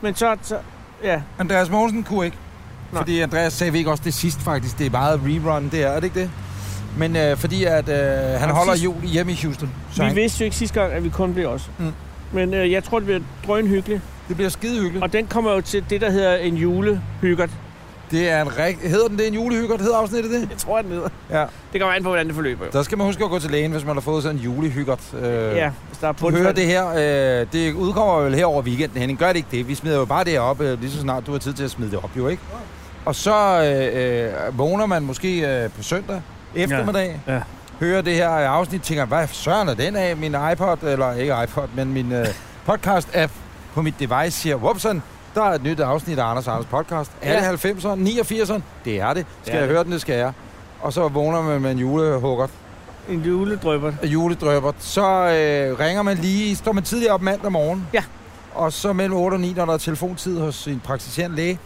S2: Men så... så ja,
S1: Andreas Mogensen kunne ikke. Nej.
S2: Nej.
S1: Fordi Andreas sagde vi ikke også det sidst faktisk. Det er meget rerun, det er, er det ikke det? Men øh, fordi at øh, han
S2: Jamen,
S1: holder
S2: sidst-
S1: jul hjemme i Houston. Så
S2: vi
S1: han,
S2: vidste jo ikke sidste gang, at vi kun blev os.
S1: Mm.
S2: Mm. Men øh, jeg tror, det bliver drøn hyggeligt.
S1: det bliver skide hyggeligt.
S2: Og den kommer jo til det, der hedder en julehyggert.
S1: Det er en rigtig... Hedder den det en julehygget? Hedder afsnittet det?
S2: Jeg tror, den hedder.
S1: Ja.
S2: Det kommer an på, hvordan det forløber. Jo.
S1: Der skal man huske at gå til lægen, hvis man har fået sådan en julehygget. Øh,
S2: Ja, hvis der er
S1: Du hører
S2: bundfald.
S1: det her. Øh, det udkommer vel her over weekenden, Henning. Gør det ikke det? Vi smider jo bare det her op, øh, lige så snart du har tid til at smide det op, jo ikke? Og så øh, øh, vågner man måske øh, på søndag eftermiddag,
S2: Ja, ja.
S1: hører det her afsnit, tænker, hvad søren er den af? Min iPod, eller ikke iPod, men min
S2: [LAUGHS]
S1: øh, podcast-app på mit device siger, whoopsen, der er et nyt afsnit af Anders og Anders podcast. Er
S2: Ja.
S1: det 90'eren, 89'eren? Det er det. Skal
S2: Det er
S1: jeg
S2: det.
S1: høre den, det skal jeg. Og så vågner man med en julehugger
S2: En juledrøber.
S1: juledrøber, så øh, ringer man lige, står man tidligere op mandag morgen.
S2: Ja.
S1: Og så mellem 8 og 9, når der er telefontid hos sin praktiserende læge,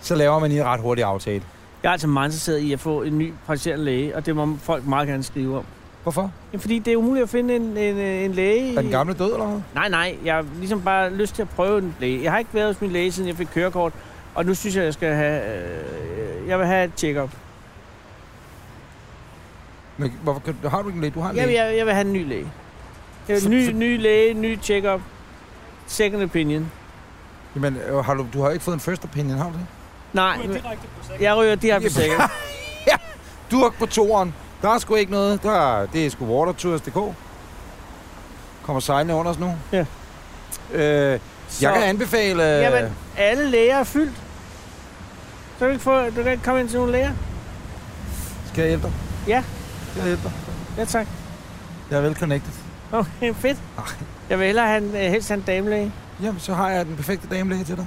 S1: så laver man lige en ret hurtig aftale.
S2: Jeg er altså meget interesseret i at få en ny praktiserende læge, og det må folk meget gerne skrive om.
S1: Hvorfor?
S2: Jamen, fordi det er umuligt at finde en, en, en læge.
S1: Er den gamle død eller hvad?
S2: Nej, nej. Jeg har ligesom bare lyst til at prøve en læge. Jeg har ikke været hos min læge, siden jeg fik kørekort. Og nu synes jeg, jeg skal have... Øh, jeg vil have et check-up.
S1: Men hvorfor kan, har du ikke en læge? Du har en
S2: Jeg,
S1: læge.
S2: jeg, jeg vil have en ny læge. Jeg vil,
S1: Så-
S2: ny,
S1: så-
S2: ny læge, ny check-up. Second opinion.
S1: Jamen, øh, har du, du har ikke fået en first opinion, har du det?
S2: Nej,
S7: Du er direkte på sækken.
S2: jeg ryger direkte på second.
S1: [LAUGHS] Durk på toeren. Der er sgu ikke noget. Der, er- det er sgu watertours.dk. kommer sejlende under os nu.
S2: Ja.
S1: Øh,
S2: Så,
S1: jeg kan anbefale... øh,
S2: Jamen, alle læger er fyldt. Så kan du ikke, få, du kan ikke komme ind til nogle læger.
S1: Skal jeg hjælpe dig?
S2: Ja.
S1: Jeg hjælper.
S2: Ja, tak.
S1: Jeg er well connected.
S2: Okay, fedt.
S1: Ej.
S2: Jeg vil hellere have en, øh, helst have en damelæge.
S1: Jamen, så har jeg den perfekte damelæge til dig.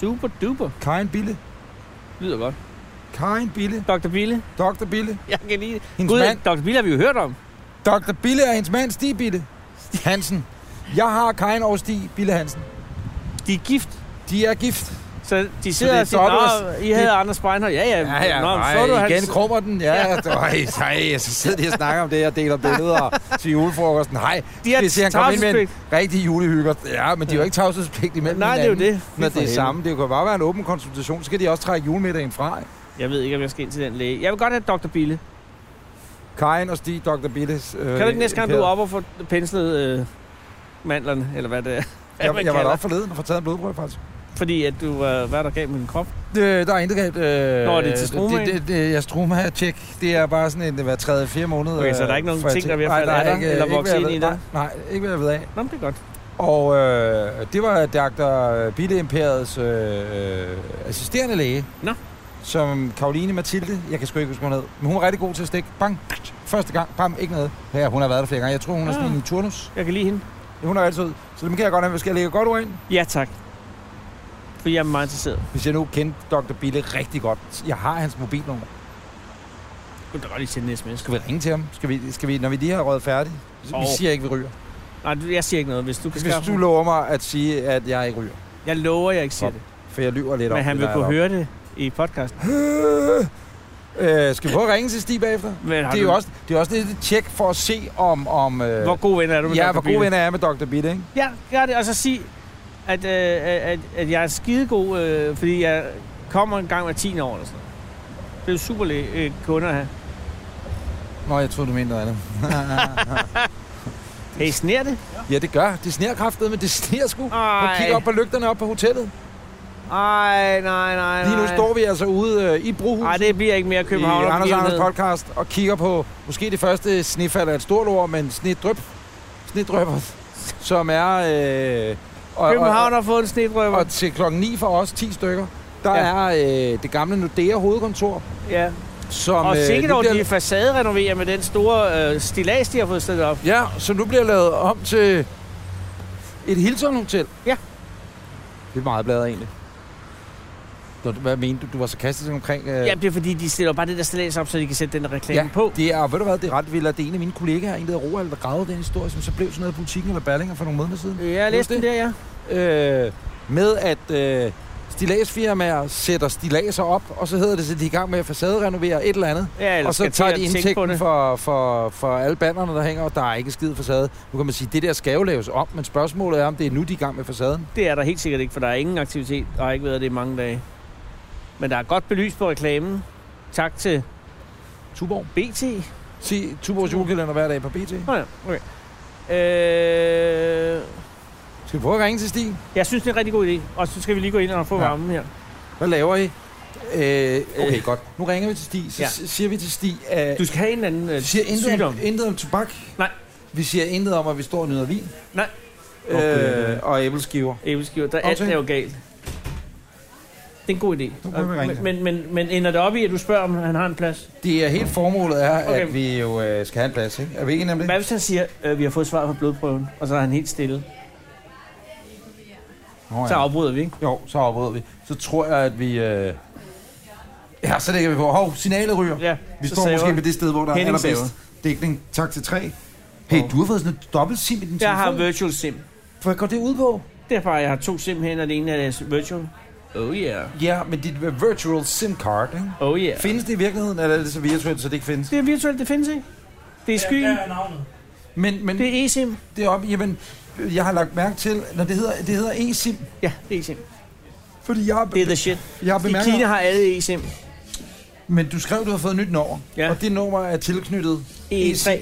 S2: Super duper.
S1: Karin Bille.
S2: Lyder godt.
S1: Karin Bille.
S2: Dr. Bille.
S1: Dr. Bille.
S2: Jeg kan lige...
S1: Hendes
S2: Gud,
S1: mand.
S2: Dr. Bille har vi jo hørt om.
S1: Dr. Bille og hendes mand, Stig Bille. Hansen. Jeg har Karin og Stig Bille Hansen.
S2: De er gift.
S1: De er gift.
S2: Så de sidder
S1: det er
S2: og siger,
S1: dobbelt-
S2: Nå, I havde Anders Breinholt. Ja, ja. Nå, men
S1: nej,
S2: så du
S1: igen
S2: hans...
S1: krummer den. Ja, [LAUGHS] ja. Øj, nej, så sidder de og snakker om det, og deler billeder til julefrokosten. Nej,
S2: De har
S1: det siger han, kom ind med en
S2: tavshedspligt.
S1: rigtig julehygger. Ja, men de er jo ikke tavshedspligt imellem
S2: Nej, det er jo
S1: hinanden,
S2: det.
S1: Når
S2: Fy for
S1: det er
S2: helvede.
S1: samme. Det kan bare være en åben konsultation. Så skal de også trække julemiddagen fra. ikke?
S2: Jeg ved ikke, om jeg skal ind til den læge. Jeg vil godt have Dr. Bille.
S1: Øh, Karin og Stig, Dr. Billes. Øh,
S2: Kan du ikke næste gang, du
S1: her.
S2: er oppe og får penslet øh, mandlerne, eller hvad det er? hvad
S1: Jeg,
S2: man
S1: jeg var
S2: kalder
S1: deroppe forleden og få taget en blodprøve, faktisk.
S2: det. Fordi at du var, hvad er der gav med din krop.
S1: Øh, der er intet galt. Øh,
S2: Nå, er det til struma,
S1: Det, det, det, ja, struma er tjek. Det er bare sådan en hver tredje, fire måneder.
S2: Okay, så der er ikke nogen
S1: før jeg
S2: ting, der
S1: tænker-
S2: er ved at
S1: Nej,
S2: falde
S1: der
S2: af
S1: er
S2: dig,
S1: ikke,
S2: eller
S1: ikke
S2: vokse
S1: ved at
S2: ind i
S1: vide-
S2: dig?
S1: Nej, nej, ikke hvad jeg ved af.
S2: Nå, men det er godt.
S1: Og øh, det var Dr. Bille Imperiets øh, assisterende læge.
S2: Nå.
S1: Som Karoline Mathilde, jeg kan sgu ikke huske, hvad hun hed, men hun var rigtig god til at stikke. Bang! Første gang, bam, ikke noget. Ja, hun har været der flere gange. Jeg tror, hun er sådan
S2: Ah.
S1: en i turnus.
S2: Jeg kan lide hende.
S1: Hun er altid ud. Så dem kan jeg godt have. Skal jeg lægge et godt ord ind?
S2: Ja, tak. Fordi jeg er meget interesseret.
S1: Hvis jeg nu kendte Dr. Bille rigtig godt. Jeg har hans mobilnummer.
S2: Du kan godt lige sende en sms.
S1: Skal vi ringe til ham? Skal vi, skal vi når vi lige har røget færdig? Vi
S2: Åh.
S1: siger ikke, vi ryger.
S2: Nej, du- jeg siger ikke noget, hvis du kan
S1: Hvis
S2: skaffe
S1: du
S2: ham.
S1: lover mig at sige, at jeg ikke ryger,
S2: Jeg lover, jeg ikke siger
S1: Nå,
S2: det.
S1: for jeg lyver lidt om
S2: Men han
S1: det,
S2: vil
S1: der
S2: kunne
S1: er
S2: høre det i podcasten.
S1: deroppe. Øh, skal vi prøve at ringe til Stig bagefter?
S2: Men har
S1: Det er jo
S2: du-
S1: også, det er også lidt et tjek for at se om... om øh,
S2: Hvor god ven er du med
S1: ja,
S2: Dr.
S1: hvor
S2: Bille?
S1: gode venner jeg er med Dr. Bitte, ikke?
S2: Ja, gør det. Og så sig, at, øh, at, at jeg er skidegod, øh, fordi jeg kommer en gang hver 10 år eller sådan noget. Det er jo super læ- øh, kunder her.
S1: Nå, jeg troede, du mente noget andet.
S2: Hey, sner det?
S1: ja, det gør. Det sneer kraftet, men det sneer sgu. Prøv at
S2: Ej,
S1: kigge op på lygterne op på hotellet.
S2: ej, nej, nej, nej.
S1: Lige nu står vi altså ude øh, i Brohus.
S2: Ej, det bliver ikke mere København.
S1: i Anders Anders podcast og kigger på måske det første snefald er et stort ord, men snedryp, snedrypper, [LAUGHS] som er... Øh, og,
S2: København
S1: og,
S2: har fået en snedrøver.
S1: og, og til klokken 9 for os, 10 stykker, der
S2: Ja.
S1: ja. er øh, det gamle Nordea hovedkontor,
S2: ja.
S1: som, øh,
S2: og sikkert
S1: nu
S2: over, de
S1: bliver,
S2: facaderenoverer med den store øh, stilas, de har fået stillet op.
S1: ja, som nu bliver lavet om til et Hilton Hotel.
S2: Ja.
S1: Det er meget bladret egentlig. Nå, Hvad mente du? Du var sarkastisk omkring... Øh,
S2: Ja, det er fordi, de stiller bare det der stilas op, så de kan sætte den reklame
S1: ja,
S2: på.
S1: Det er, og ved du hvad, det er ret vildt, at det er en af mine kollegaer, en der hedder Roald, der gravede den historie, som så blev sådan noget i politikken eller Berlinger for nogle måneder siden.
S2: Ja, jeg læste den der, ja.
S1: Øh, med at øh, stilagsfirmaer sætter stilaser op, og så hedder det, at de er i gang med at facaderenovere et eller andet.
S2: ja eller
S1: og så
S2: skal
S1: tager
S2: til
S1: de
S2: at tænke på
S1: indtægten
S2: det.
S1: for, for, for alle banderne, der hænger, og der er ikke skid facade. Nu kan man sige, at det der skal jo laves om, men spørgsmålet er, om det er nu, de er i gang med facaden.
S2: Det er der helt sikkert ikke, for der er ingen aktivitet, og har ikke været det i mange dage. Men der er godt belys på reklamen. Tak til
S1: Tuborg.
S2: BT.
S1: Se Tuborgs julekalender hver dag på BT.
S2: Nå ja, okay. Øh,
S1: Skal vi prøve at ringe til Stig?
S2: jeg synes, det er en rigtig god idé. Og så skal vi lige gå ind og få
S1: Ja.
S2: varmen her.
S1: Hvad laver I? Øh, okay, godt. Nu ringer vi til Stig. Så
S2: Ja.
S1: ja. siger vi til Stig, at
S2: Du skal have en eller anden øh,
S1: vi siger intet
S2: sygdom.
S1: om, intet om tobak.
S2: Nej.
S1: Vi siger intet om, at vi står og nyder vin.
S2: Nej.
S1: Øh, og æbleskiver.
S2: Æbleskiver, der alt
S1: Aftale.
S2: er jo galt. Det er en god idé.
S1: Nu prøver vi at ringe.
S2: Men, men, men ender det op i, at du spørger, om han har en plads?
S1: Det er helt formålet er,
S2: Okay.
S1: okay. at vi jo øh, skal have en plads, ikke? Er vi ikke enige om det?
S2: Hvad hvis han siger, øh, vi har fået svar på blodprøven, og så er han helt stille?
S1: Nå, ja.
S2: Så afbryder vi, ikke?
S1: Jo, så afbryder vi. Så tror jeg, at vi... Øh... Ja, så lægger vi på. Hov, signalet ryger.
S2: Ja,
S1: Vi
S2: så
S1: står
S2: saver-
S1: måske ved det sted, hvor der er
S2: Henning
S1: allerbedst dækning. Tak til tre. Hey, du har fået sådan et dobbelt sim i din
S2: Jeg
S1: telefon.
S2: har virtual sim.
S1: Hvad går det ud på?
S2: Det er bare, jeg har to sim hen, og det ene er virtual. Oh yeah.
S1: Ja, men dit øh, virtual sim card, ikke?
S2: Oh yeah.
S1: Findes det i virkeligheden, eller er det så virtuelt, så det ikke findes?
S2: Det er virtuelt, det findes ikke. Det er
S7: Ja,
S2: skyen.
S7: der er navnet.
S1: Men, men
S2: Det
S1: det,
S2: er eSIM.
S1: det er op, jamen, jeg har lagt mærke til, når det hedder, det hedder eSIM,
S2: Ja, det er eSIM.
S1: fordi jeg, har
S2: Det er
S1: be-
S2: the shit.
S1: jeg har
S2: I
S1: bemærket,
S2: Kina har alle eSIM.
S1: men du skrev, du har fået nyt nummer,
S2: Ja.
S1: ja. og det nummer er tilknyttet
S2: E3.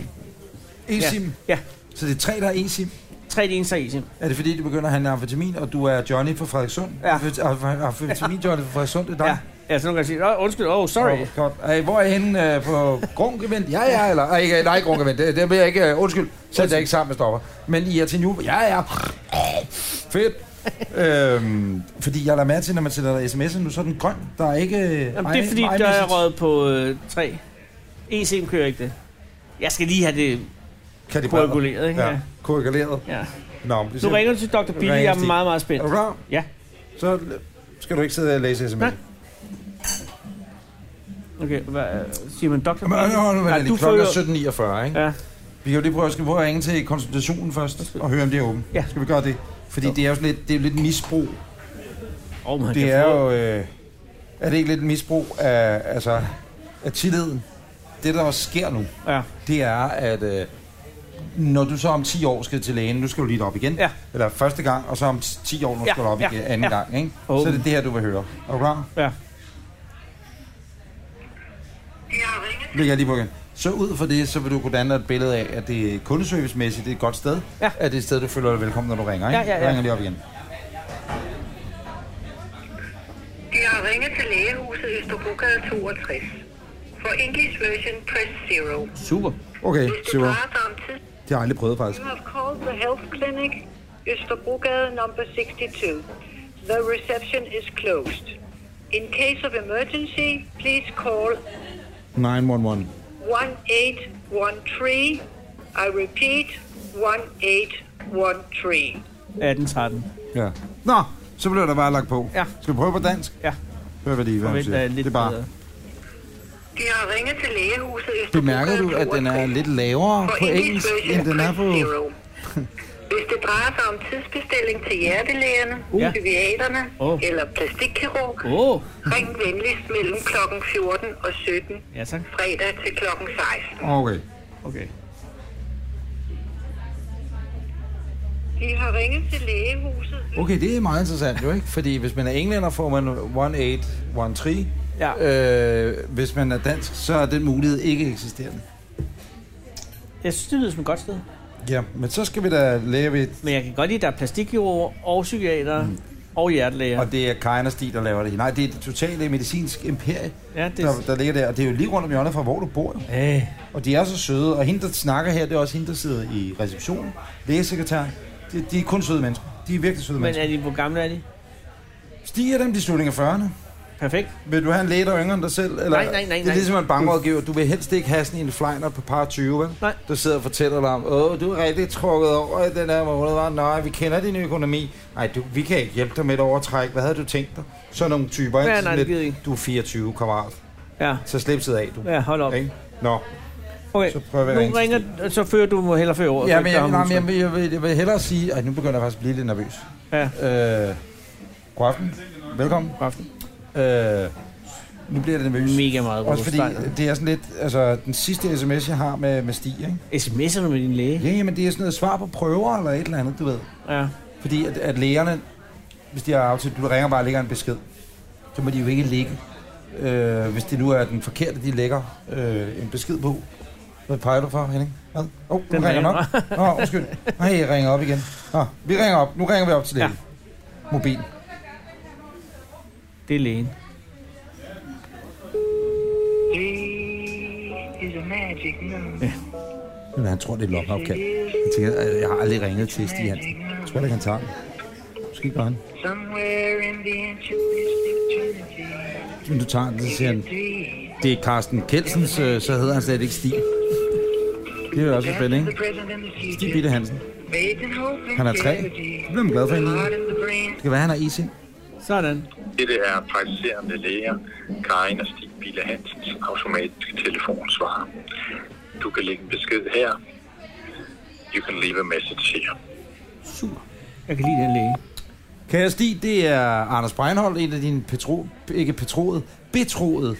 S1: eSIM.
S2: Ja.
S1: Så det er tre, der er eSIM.
S2: Tre det eneste er eSIM.
S1: Er det fordi, du begynder at handle amfetamin, og du er Johnny fra Frederikssund?
S2: Ja.
S1: Amfet- amf- Amfetamin Johnny fra Frederikssund, det er dig?
S2: Ja. Altså, nogle gange siger, oh, undskyld, oh, sorry.
S1: Åh, Godt. Ej, hvor er I henne øh, på Grunkevent? Ja, ja, eller... Ej, ikke- nej, Grunkevent. Det, det vil jeg ikke... Øh, undskyld. Sæt dig ikke sammen med stopper. Men I er til nu... Ja, ja. Fedt. øhm, fordi jeg lader mærke til, når man sender sms'er nu, så er den grøn. Der er ikke...
S2: Jamen, det er fordi, der er røget på øh, 3. ECM kører ikke det. Jeg skal lige have det
S1: Kan de brødgulde?
S2: korrigeret, ikke?
S1: Ja,
S2: Ja.
S1: korrigeret.
S2: ja.
S1: Nå, men det
S2: Nu
S1: ser-
S2: ringer du til Dr. Billy,
S1: Ringer
S2: jeg
S1: Stig.
S2: er meget, meget
S1: Er
S2: spændt.
S1: du klar?
S2: Ja.
S1: Så øh, skal du ikke sidde og læse sms'er.
S2: Nej. Okay, hvad øh, siger man? Dr.
S1: Men øh, hold nu,
S2: Nej,
S1: vel,
S2: du
S1: lige.
S2: får
S1: klokken er
S2: jo-
S1: 17.49, ikke?
S2: Ja.
S1: Vi kan jo lige prøve at skal prøve at ringe til konsultationen først, og høre, om det er åbent.
S2: Ja.
S1: Skal vi gøre det? Fordi
S2: Jo.
S1: det er jo sådan lidt, det er jo lidt misbrug.
S2: Oh, man,
S1: Det er jo... Øh, er det ikke lidt misbrug af, altså, af tilliden? Det, der også sker nu,
S2: Ja.
S1: det er, at øh, når du så om 10 år skal til lægen, nu skal du lige op igen.
S2: Ja.
S1: Eller første gang, og så om 10 år, nu
S2: Ja,
S1: skal du op
S2: ja,
S1: igen anden
S2: ja.
S1: gang. Ikke?
S2: Oh.
S1: Så er det det her, du vil høre. Er du klar?
S2: Ja.
S1: Vil jeg lige på igen. Så ud fra det, så vil du kunne danne dig et billede af, at det er kundeservicemæssigt det er et godt sted.
S2: Ja.
S1: At det er et sted, du føler dig velkommen, når du ringer. Ikke?
S2: Ja, ja, ja.
S1: Jeg ringer lige op igen.
S9: De har ringet til lægehuset Østerbrogade 62. For English version, press 0.
S2: Super.
S1: Okay,
S9: Hvis det
S1: super.
S9: drejer sig om tid,
S1: Det har jeg aldrig prøvet, faktisk.
S9: you have called the health clinic Østerbrogade number 62. The reception is closed. In case of emergency, please call
S1: 911.
S9: 1813. I repeat, 1813.
S2: 18-13.
S1: Ja. Nå, så blev der bare lagt på.
S2: Ja.
S1: Skal vi prøve på dansk?
S2: Ja.
S1: Hør, hvad de hvad hun
S2: Forvent,
S1: siger.
S2: er lidt
S1: det er bare...
S2: bedre.
S9: De har ringet til lægehuset
S1: Bemærker
S9: Østerbrogade
S1: du, at den er
S9: 62.
S1: lidt lavere
S9: For
S1: på engelsk, end den er på... [LAUGHS]
S9: Hvis det drejer sig om tidsbestilling til hjertelægerne,
S2: Ja.
S9: uh. psykiaterne
S2: Åh.
S9: uh. eller plastikkirurg, uh.
S2: Åh, oh.
S9: ring venligst mellem kl. 14 og 17
S2: ja tak.
S9: fredag til kl. 16.
S1: Okay.
S2: Okay.
S9: De har ringet til lægehuset.
S1: Okay, det er meget interessant jo, ikke? Fordi hvis man er englænder, får man 1813.
S2: Ja.
S1: Øh, hvis man er dansk, så er den mulighed ikke eksisterende.
S2: Jeg synes, det lyder som et godt sted.
S1: Ja, men så skal vi da lave et...
S2: Men jeg kan godt lide, at der er plastikkirurger og psykiater mm. og hjertelæger.
S1: Og det er Kajn og Stig, der laver det. Nej, det er det totale medicinsk imperie,
S2: ja, det
S1: der, der ligger der. Og det er jo lige rundt om hjørnet fra, hvor du bor. Jo.
S2: Æh,
S1: Og de er så søde, og hende, der snakker her, det er også hende, der sidder i receptionen, lægesekretær. De, de er kun søde mennesker. De er virkelig søde Men, øh,
S2: Men
S1: mennesker.
S2: er de, hvor gamle er de?
S1: Stiger dem til slutningen af 40'erne?
S2: Perfekt.
S1: Vil du have en læge, der er yngre end dig selv? Eller?
S2: Nej, nej, nej,
S1: Det er
S2: nej.
S1: ligesom en bankrådgiver. Du vil helst ikke have sådan en flejner på par 20, vel?
S2: Nej.
S1: Der sidder og fortæller dig om, åh, du er rigtig trukket over i den her måned. Var. Nej, vi kender din økonomi. Nej, du, vi kan ikke hjælpe dig med et overtræk. Hvad havde du tænkt dig? Sådan nogle typer. ikke?
S2: Ja,
S1: Sådan
S2: nej, det
S1: lidt,
S2: gider jeg ikke.
S1: du er 24, kammerat.
S2: Ja,
S1: Så slip sig af, du.
S2: ja hold op.
S1: Ikke? Nå,
S2: Okay,
S1: så prøver vi at ringe
S2: nu
S1: til
S2: ringer, så fører du må hellere føre ordet.
S1: Ja,
S2: for
S1: men
S2: ikke
S1: jeg,
S2: at
S1: nej, men
S2: huske.
S1: jeg, vil- jeg, vil, jeg vil hellere sige... Ej, nu begynder jeg faktisk at blive lidt nervøs.
S2: Ja.
S1: Øh, god aften. Velkommen.
S2: God aften.
S1: Øh, nu bliver det nervøs.
S2: Mega meget
S1: Også fordi
S2: robust.
S1: det er sådan lidt... Altså, den sidste sms, jeg har med, med Stig, ikke?
S2: SMS'er du med din læge?
S1: Ja, jamen, det er sådan noget svar på prøver eller et eller andet, du ved.
S2: Ja.
S1: Fordi at, at lægerne, hvis de har aftalt, du ringer bare og lægger en besked, så må de jo ikke ligge. Øh, hvis det nu er den forkerte, de lægger øh, en besked på. Hvad peger du for, Henning? Hvad? Åh, oh, nu ringer den op. Nå, undskyld. Nej, jeg ringer op igen. Nå, vi ringer op. Nu ringer vi op til lægen. Ja. Mobil.
S2: Det er lægen.
S9: Is a magic number.
S1: Men han tror, det er et lommeopkald. Jeg tænker, at jeg har aldrig ringet til Stig Hansen. Jeg tror ikke, han tager den. Måske gør han.
S9: Somewhere in the intuitive eternity.
S1: Men du tager den, så siger han, det er Carsten Kelsens, øh, så hedder han slet ikke Stig. Det er jo også spændende,
S9: The
S1: ikke?
S9: present and the future.
S1: Stig Bitte Hansen.
S9: Faith and hope and
S1: Han er tre.
S9: charity.
S1: Det bliver man glad for,
S9: The
S1: egentlig.
S9: heart and the brain.
S1: Det kan være, han har is ind.
S2: Sådan.
S10: Dette er praktiserende læger Karin og Stig Bille Hansens automatiske telefonsvarer. Du kan lægge en besked her. You can leave a message here.
S2: Super. Jeg kan lide den læge.
S1: Kære Stig, det er Anders Breinholt, en af dine petro, ikke betroede, betroede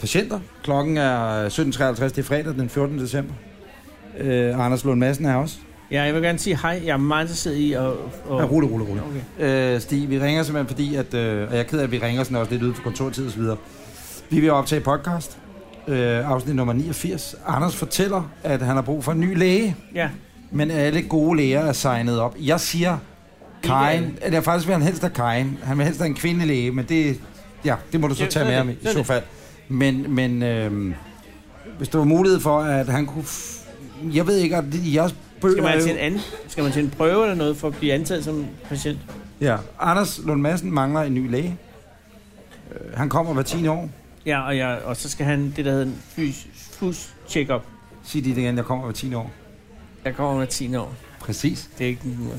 S1: patienter. Klokken er 17.53, det er fredag den 14. december. Øh, Anders Lund Madsen er også.
S2: Ja, jeg vil gerne sige hej. Jeg er meget interesseret i at... at...
S1: Ja, rulle, rulle, rulle.
S2: Okay.
S1: Øh, Stig, vi ringer simpelthen fordi, at, øh, og jeg er ked af, at vi ringer sådan også lidt ude for kontortid og så videre. Vi vil optage podcast, øh, afsnit nummer 89. Anders fortæller, at han har brug for en ny læge,
S2: Ja,
S1: men alle gode læger er signet op. Jeg siger, Karin, eller faktisk vil han helst have Karin. Han vil helst have en kvindelig læge, men det Ja, det må du så
S2: Ja,
S1: tage
S2: så er
S1: med ham
S2: det-
S1: i
S2: så er
S1: så
S2: det.
S1: fald. Men, men øh, hvis der var mulighed for, at han kunne... F- jeg ved ikke, at jeres bøger...
S2: Skal man,
S1: er jo-
S2: til en anden, skal man til en prøve eller noget for at blive antaget som patient?
S1: Ja, Anders Lund Madsen mangler en ny læge. Øh, Han kommer hver 10 år.
S2: Ja, og, jeg, og så skal han det, der hedder en fys, fus check-up.
S1: Sig det igen, jeg kommer hver 10 år.
S2: Jeg kommer med 10 år.
S1: Præcis.
S2: Det er ikke en uge.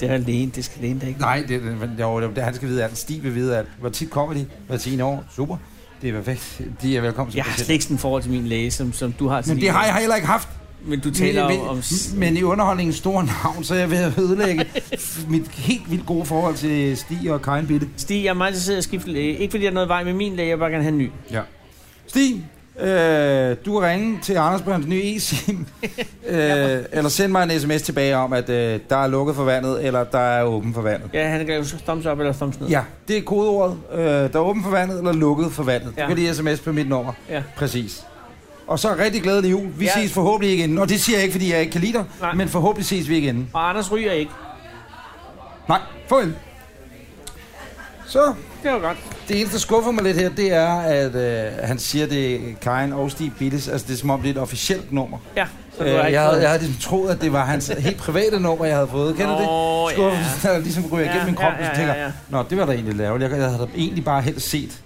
S2: Det er lægen, det skal lægen da ikke.
S1: Nej, det, det, men jo, det, han skal vide alt. Stig vil vide alt. Hvor tit kommer de? Hver 10 år. Super. Det er perfekt. De er velkommen. som
S2: Jeg har
S1: patienter.
S2: slet ikke sådan et forhold til min læge, som, som du har til
S1: Men
S2: din
S1: det har
S2: læge.
S1: jeg heller ikke haft.
S2: Men du taler
S1: men,
S2: om... om s-
S1: men, men i underholdningen store navn, så jeg vil ødelægge [LAUGHS] mit helt vildt gode forhold til Stig og Karin Bitte.
S2: Stig, jeg er meget interesseret i at skifte læge. Ikke fordi der er noget vej med min læge, jeg vil bare gerne have en ny.
S1: Ja. Stig, øh, du har ringet til Anders Brøms nye e-sim. øh, eller send mig en sms tilbage om, at øh, der er lukket for vandet, eller der er åben for vandet.
S2: Ja, han kan jo thumbs up eller thumbs ned.
S1: Ja, det er kodeordet. Øh, der er åben for vandet, eller lukket for vandet. Ja.
S2: Ja.
S1: Du kan lige sms på mit nummer.
S2: Ja.
S1: Præcis. Og så rigtig glædelig jul. Vi ja.
S2: Ja.
S1: ses forhåbentlig igen. Og det siger jeg ikke, fordi jeg ikke kan lide dig,
S2: Nej.
S1: men forhåbentlig ses vi igen.
S2: Og Anders ryger ikke.
S1: Nej, farvel. Så,
S2: Det var godt.
S1: det eneste, der skuffer mig lidt her, det er, at øh, han siger, det er Karin og Stig Billes. Altså, det er som om, det er et officielt nummer.
S2: Ja, så
S1: Øh,
S2: du har ikke
S1: jeg, havde,
S2: fået-
S1: jeg havde ligesom troet, at det var
S2: [LAUGHS]
S1: hans helt private nummer, jeg havde fået. Kender du
S2: Nå,
S1: det? [LAUGHS] Skuffelsen, der ligesom ryger
S2: Ja,
S1: igennem min
S2: ja,
S1: krop,
S2: ja,
S1: og så tænker,
S2: ja, ja.
S1: nå, det var da egentlig lavet. Jeg, jeg havde da egentlig bare helst set,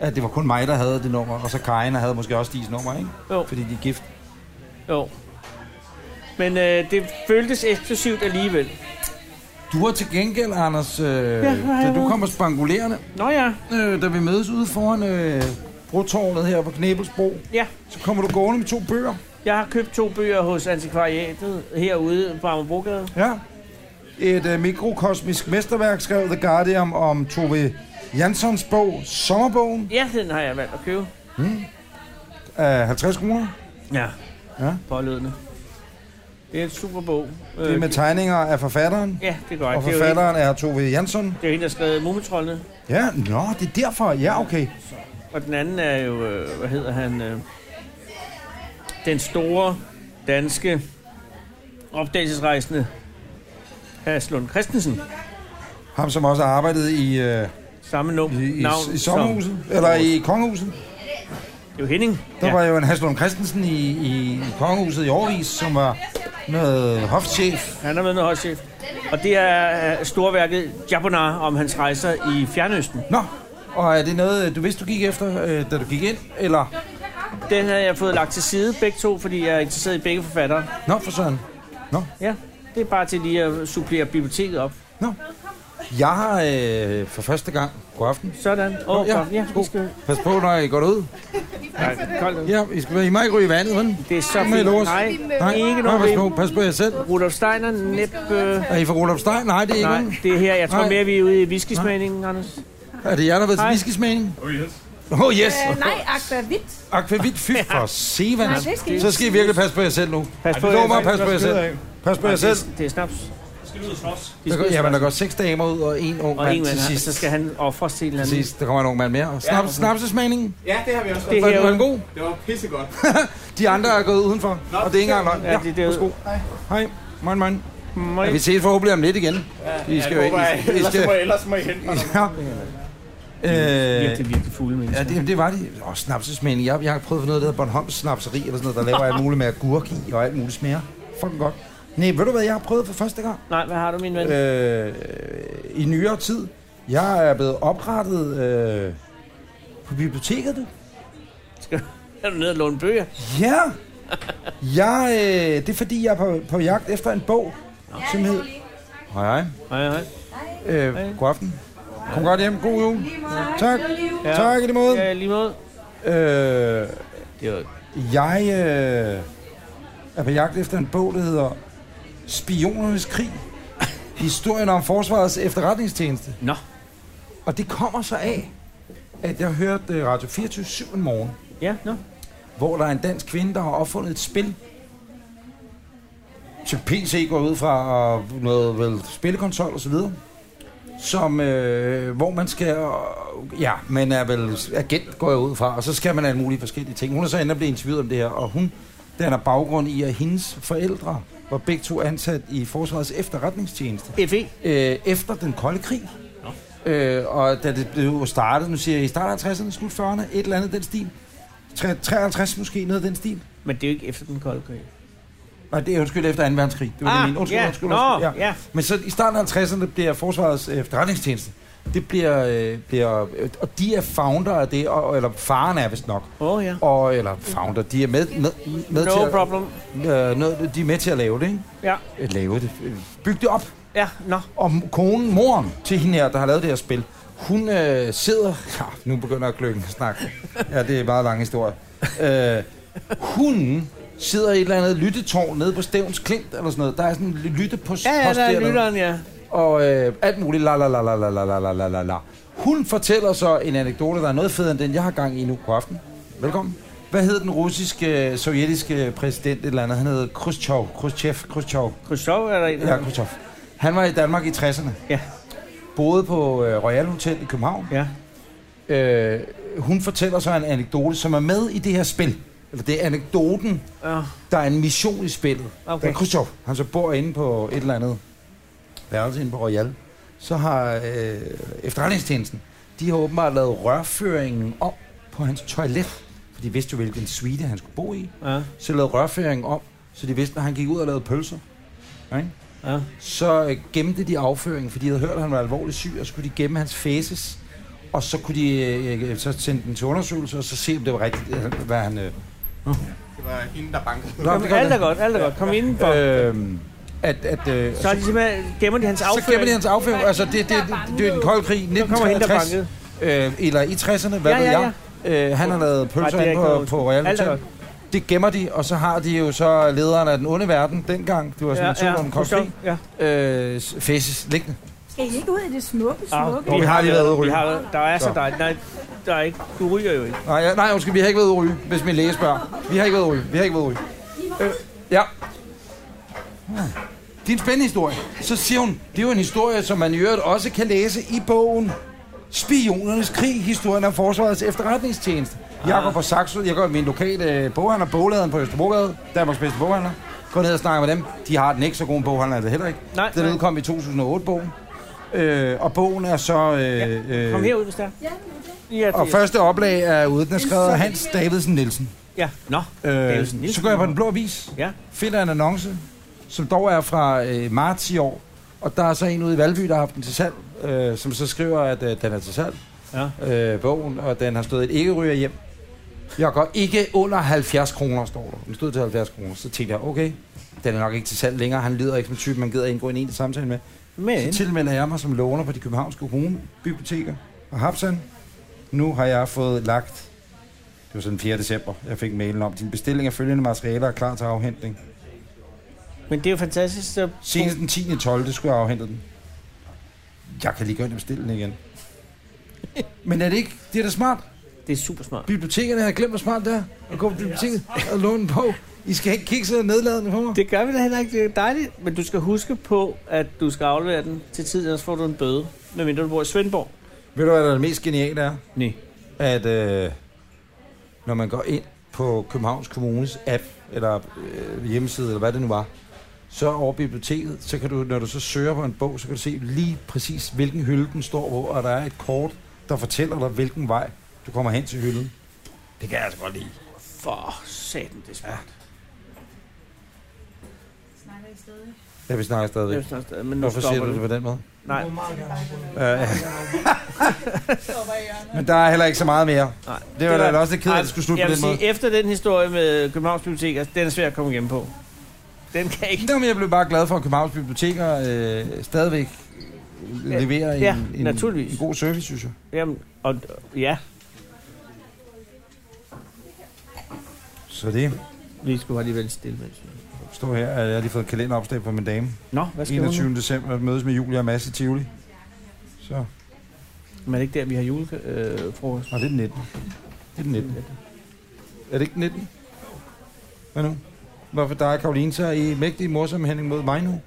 S1: at det var kun mig, der havde det nummer, og så Karin havde måske også Stis nummer, ikke?
S2: Jo.
S1: Fordi de er gift.
S2: Jo. Men øh, det føltes eksklusivt alligevel.
S1: Du var til gengæld, Anders, øh, da du kommer spangulerende,
S2: Nå ja,
S1: øh, da vi mødes ude foran øh, Brotårnet her på Knebelsbro,
S2: ja.
S1: så kommer du gående med to bøger.
S2: Jeg har købt to bøger hos Antikvariatet herude på Amagerbrogade.
S1: Ja. Et øh, mikrokosmisk mesterværk skrev The Guardian om Tove Janssons bog, Sommerbogen,
S2: Ja, den har jeg valgt at købe.
S1: af 50 kroner.
S2: Ja.
S1: Ja.
S2: Pålydende. Det er en super bog. Øh,
S1: Det er med tegninger af forfatteren,
S2: Ja, det er godt.
S1: og
S2: Det er jo hende,
S1: forfatteren er Tove Jansson.
S2: det er jo hende, der har skrevet Mumitrollene.
S1: Ja, nå, det er derfor. Ja, okay.
S2: Og den anden er jo, øh, hvad hedder han, øh, den store danske opdagelsesrejsende Hans Lund Christensen.
S1: Ham, som også har arbejdet i, øh,
S2: Samme num-
S1: i, i,
S2: navn
S1: i sommerhuset, eller i kongehuset.
S2: Som, det er jo Henning.
S1: Der ja. var jo en Haslund Christensen i, i, i kongehuset i årvis, som var noget hofchef.
S2: Han har været noget højchef. Og det er øh, storværket Jabonar om hans rejser i Fjernøsten.
S1: Nå, og er det noget, du vidste, du gik efter, øh, da du gik ind? Eller?
S2: Den havde jeg fået lagt til side begge to, fordi jeg er interesseret i begge forfattere.
S1: Nå, for søren.
S2: Ja, det er bare til lige at supplere biblioteket op.
S1: Jeg har øh, for første gang god aften.
S2: Sådan. Åh, oh,
S1: ja.
S2: ja, ja, vi skal...
S1: Pas på, når I går ud.
S2: Nej, koldt.
S1: Ja, I, skal, I må ikke ryge i vandet, vel?
S2: Det er så
S1: Med
S2: fint.
S1: lås.
S2: Nej,
S1: Nej,
S2: ikke
S1: nej,
S2: noget
S1: pas
S2: problem.
S1: på, pas på jer selv.
S2: Rudolf Steiner, næppe...
S1: Er I fra Rudolf Stein? Nej, det er ikke
S2: Nej,
S1: nogen.
S2: det er her. Jeg tror
S1: Nej.
S2: mere, vi er ude i whiskysmagningen, Anders.
S1: Er det jer, der har været til
S2: Nej.
S1: whiskysmagning?
S8: Oh yes.
S1: Oh yes!
S11: nej, akvavit.
S1: Akvavit, fy for sevan.
S11: Nej, det skal I
S1: Så skal I virkelig passe på jer selv nu.
S2: Pas
S1: Lov mig, pas på jer selv. Pas på jer selv.
S2: Det, det er snaps.
S7: Skal vi ud og slås?
S2: Det
S1: Der
S2: skal
S1: går, jamen, der
S2: snaps.
S1: går seks damer ud, og en ung
S2: Og en
S1: mand
S2: mand,
S1: til
S2: her,
S1: sidst.
S2: så skal han ofres til en eller
S1: Til
S2: anden.
S1: sidst, der kommer en ung mand mere. Og snaps, snapsesmagningen,
S12: Ja, det har vi også
S2: Det
S12: været.
S2: er
S1: var den- var den
S2: herude.
S1: god?
S12: Det var pissegodt.
S1: De andre er gået udenfor, og det er ikke engang løgn.
S2: Ja, det er derude.
S1: værsgo. Hej, moin, moin. Ja,
S2: Møj.
S1: vi ses forhåbentlig om lidt igen. I skal jo ikke... I- I skal...
S12: ellers må I hente mig.
S1: Ja. Øh,
S2: Virkelig, virkelig fulde
S1: Ja,
S2: mennesker.
S1: det, det var det. Åh, snapsesmagning. Jeg, jeg har prøvet at finde noget, der hedder Bornholms snapseri, eller sådan noget, der laver alt muligt med agurk i og alt muligt smager. Fucking godt. Nej, ved du hvad, jeg har prøvet for første gang
S2: Nej, hvad har du, min ven?
S1: øh, i nyere tid. Jeg er blevet oprettet øh, på biblioteket, du.
S2: Er du nede og låne bøger?
S1: Ja! Jeg, øh, det er fordi, jeg er på, på jagt efter en bog, som hedder... Hej, hej.
S2: Nej, nej.
S1: Øh, god aften. Kom godt hjem. God jul. Tak.
S2: Ja.
S1: Tak i lige måde.
S2: Ja, i lige måde.
S1: Øh,
S2: Det er jo-
S1: jeg øh, er på jagt efter en bog, der hedder Spionernes krig. Historien om forsvarets efterretningstjeneste.
S2: Nå.
S1: Og det kommer så af, at jeg hørte øh, Radio 24 7 en morgen,
S2: Ja, nå.
S1: hvor der er en dansk kvinde, der har opfundet et spil. Til PC går ud fra og noget vel, spillekonsol osv. Som, øh, hvor man skal, øh, ja, man er vel agent, går jeg ud fra, og så skal man alle mulige forskellige ting. Hun er så inde og blive interviewet om det her, og hun danner baggrund i, at hendes forældre var
S2: E.
S1: begge to ansat i Forsvarets efterretningstjeneste
S2: FE.
S1: øh, efter den kolde krig. Øh, og da det blev startet, nu siger jeg, i starten af 50'erne, slut 40'erne, et eller andet den stil. Tre- 53 måske, noget af den stil.
S2: Men det er jo ikke efter den kolde krig.
S1: Nej, det er undskyld efter 2. verdenskrig. Det var det, jeg mente. Undskyld,
S2: Ah, ja.
S1: undskyld,
S2: Nå,
S1: undskyld.
S2: ja. ja.
S1: Men så i starten af 50'erne bliver Forsvarets øh, efterretningstjeneste, det bliver, øh, bliver øh, og de er founder af det, og, eller faren er vist nok,
S2: Åh, oh, ja.
S1: og, eller founder, de er med, med, med til
S2: No
S1: at,
S2: problem.
S1: øh, noget, de er med til at lave det, ikke?
S2: Ja.
S1: At lave det. øh, Bygge det op.
S2: Ja, nå.
S1: Og m- konen, moren til hende her, der har lavet det her spil, hun øh, sidder... Ja, nu begynder kløkken at snakke. Ja, det er en meget lang historie. Øh, hun sidder i et eller andet lyttetårn nede på Stævns Klint, eller sådan noget. Der er sådan en ly- lytte på
S2: Ja, ja, der er lytteren, ja.
S1: og øh, alt muligt la la la la la la la la la la la. Hun fortæller så en anekdote, der er noget federe end den, jeg har gang i nu på aften. Velkommen. Hvad hed den russiske, øh, sovjetiske præsident et eller andet? Han hed Khrushchev. Khrushchev. Khrushchev.
S2: Khrushchev er der en.
S1: Ja, Khrushchev. Han var i Danmark i 60'erne.
S2: Ja.
S1: Boede på øh, Royal Hotel i København.
S2: Ja.
S1: Øh, hun fortæller så en anekdote, som er med i det her spil. Eller det er anekdoten,
S2: Ja.
S1: der er en mission i spillet. Okay.
S2: Okay.
S1: Da Khrushchev, han så bor inde på et eller andet værelse inde på Royal, så har øh, efterretningstjenesten, de har åbenbart lavet rørføringen om på hans toilet. For de vidste jo, hvilken suite han skulle bo i.
S2: Ja.
S1: Så lavede rørføringen om, så de vidste, når han gik ud og lavede pølser. Ikke?
S2: Ja.
S1: Så øh, gemte de afføringen, fordi de havde hørt, at han var alvorligt syg, og så kunne de gemme hans fæses. Og så kunne de øh, øh, så sende den til undersøgelse, og så se, om det var rigtigt, øh, hvad han... Øh,
S11: Det var hende, der bankede.
S1: Nå,
S2: Kom,
S1: det gør
S2: alt er
S1: det.
S2: godt, alt er godt. Kom indenfor.
S1: Øhm, at, at, øh,
S2: Så er de simpelthen, gemmer de hans afføring.
S1: så gemmer de hans afføring. Altså, det, det, det, det er den kolde krig,
S2: Så kommer hende, der
S1: 1963.
S2: bankede.
S1: Øh, eller i 60'erne, hvad
S2: Ja,
S1: ja,
S2: ja,
S1: ved
S2: ja.
S1: jeg. Øh, han har lavet
S2: Ej, det er
S1: pølser inde
S2: ikke
S1: på,
S2: noget.
S1: på Royal
S2: Alt er
S1: Hotel.
S2: godt.
S1: Det gemmer de, og så har de jo så lederen af den onde verden dengang. Det var sådan
S2: Ja,
S1: en tur
S2: ja,
S1: om kold
S2: Khrushchev,
S1: krig.
S2: ja.
S1: Øh, fæses liggende.
S12: Skal I ikke ud i det smukke, smukke?
S1: Ah, vi har lige været ude at
S2: Vi
S1: ryge.
S2: har, der er så
S1: Så.
S2: dejligt. Nej, der er ikke. Du ryger jo ikke.
S1: Nej, ja, nej, undskyld, vi har ikke været ude at ryge, hvis min læge spørger. Vi har ikke været ude at ryge. Vi har ikke været ude at ryge. Øh, ja. Ah, Det er en spændende historie. Så siger hun, det er jo en historie, som man i øvrigt også kan læse i bogen Spionernes krig, historien om forsvarets efterretningstjeneste.
S2: Ah.
S1: Jakob fra Saxo, jeg går i min lokale øh, boghandler, bogladen på Østerbrogade, Danmarks bedste boghandler. Gå ned og snakke med dem. De har den ikke så gode boghandler, er det heller ikke.
S2: Nej,
S1: Den
S2: nej.
S1: udkom i 2008-bogen. Øh, og bogen er så... Øh, øh,
S2: Kom herud, hvis der. Ja, det er
S1: og første oplag er ude, den er skrevet af Hans Davidsen Nielsen.
S2: Ja, nå.
S1: Øh,
S2: Davidsen Nielsen.
S1: så går jeg på Den Blå Avis,
S2: Ja.
S1: finder en annonce, som dog er fra øh, marts i år, og der er så en ude i Valby, der har haft den til salg, øh, som så skriver, at øh, den er til salg,
S2: Ja.
S1: øh, bogen, og den har stået et ikke-ryger hjem. Jeg går ikke under 70 kroner, står der. Den stod til 70 kroner, så tænkte jeg, okay, den er nok ikke til salg længere, han lyder ikke som typen, man gider indgå i en egentlig samtale med.
S2: Men-
S1: Så tilmelder jeg mig som låner på de københavnske kommunebiblioteker og Hapsan. Nu har jeg fået lagt det var sådan den 4. december, jeg fik mailen om. Din bestilling af følgende materialer er klar til afhentning.
S2: Men det er jo fantastisk. Så...
S1: Senest den 10. 12. skulle jeg afhente den. Jeg kan lige gøre den bestilling igen. [LAUGHS] Men er det ikke? Det er da smart.
S2: Det er super smart.
S1: Bibliotekerne har glemt, hvor smart det er. At gå på biblioteket og låne en bog. I skal ikke kigge sådan nedladende på mig.
S2: Det gør vi da heller ikke. Det er dejligt. Men du skal huske på, at du skal aflevere den til tid, ellers får du en bøde. Medmindre du bor i Svendborg.
S1: Ved du, hvad der er det mest geniale er?
S2: Nej.
S1: At øh, når man går ind på Københavns Kommunes app, eller øh, hjemmeside, eller hvad det nu var, så over biblioteket, så kan du, når du så søger på en bog, så kan du se lige præcis, hvilken hylde den står på, og der er et kort, der fortæller dig, hvilken vej du kommer hen til hylden. Det kan jeg altså godt lide.
S2: For satan, det er smart.
S1: Ja, vi snakker stadigvæk.
S2: Ja, vi snakker stadig, men nu
S1: Hvorfor siger
S2: stopper
S1: du det
S2: det.
S1: på
S2: [LAUGHS]
S1: den måde?
S2: Nej.
S1: Øh, Men der er heller ikke så meget mere.
S2: Nej.
S1: Det var da også lidt kedeligt, at det skulle slutte
S2: jeg
S1: på
S2: vil
S1: den
S2: sige,
S1: måde.
S2: efter den historie med Københavns Bibliotek, altså, den er svær at komme igennem på. Den kan ikke.
S1: Nå, men jeg blev bare glad for, at Københavns Biblioteker øh, stadigvæk
S2: Ja,
S1: leverer
S2: ja,
S1: en, en,
S2: naturligvis.
S1: en god service, synes jeg.
S2: Jamen, og, ja,
S1: Så det.
S2: Vi skulle bare lige være lidt stille, mens
S1: Stå her, at jeg har lige fået en kalenderopslag på min dame.
S2: Nå, hvad skal
S1: 21.
S2: hun nu?
S1: december mødes med Julia og Mads i Tivoli. Så.
S2: Men er det ikke der, vi har julefrokost?
S1: Øh, Nej, det er den 19. Det er den 19. Er det ikke den 19? Hvad nu? Hvorfor der er Karoline så i mægtig morsom Henning mod mig nu?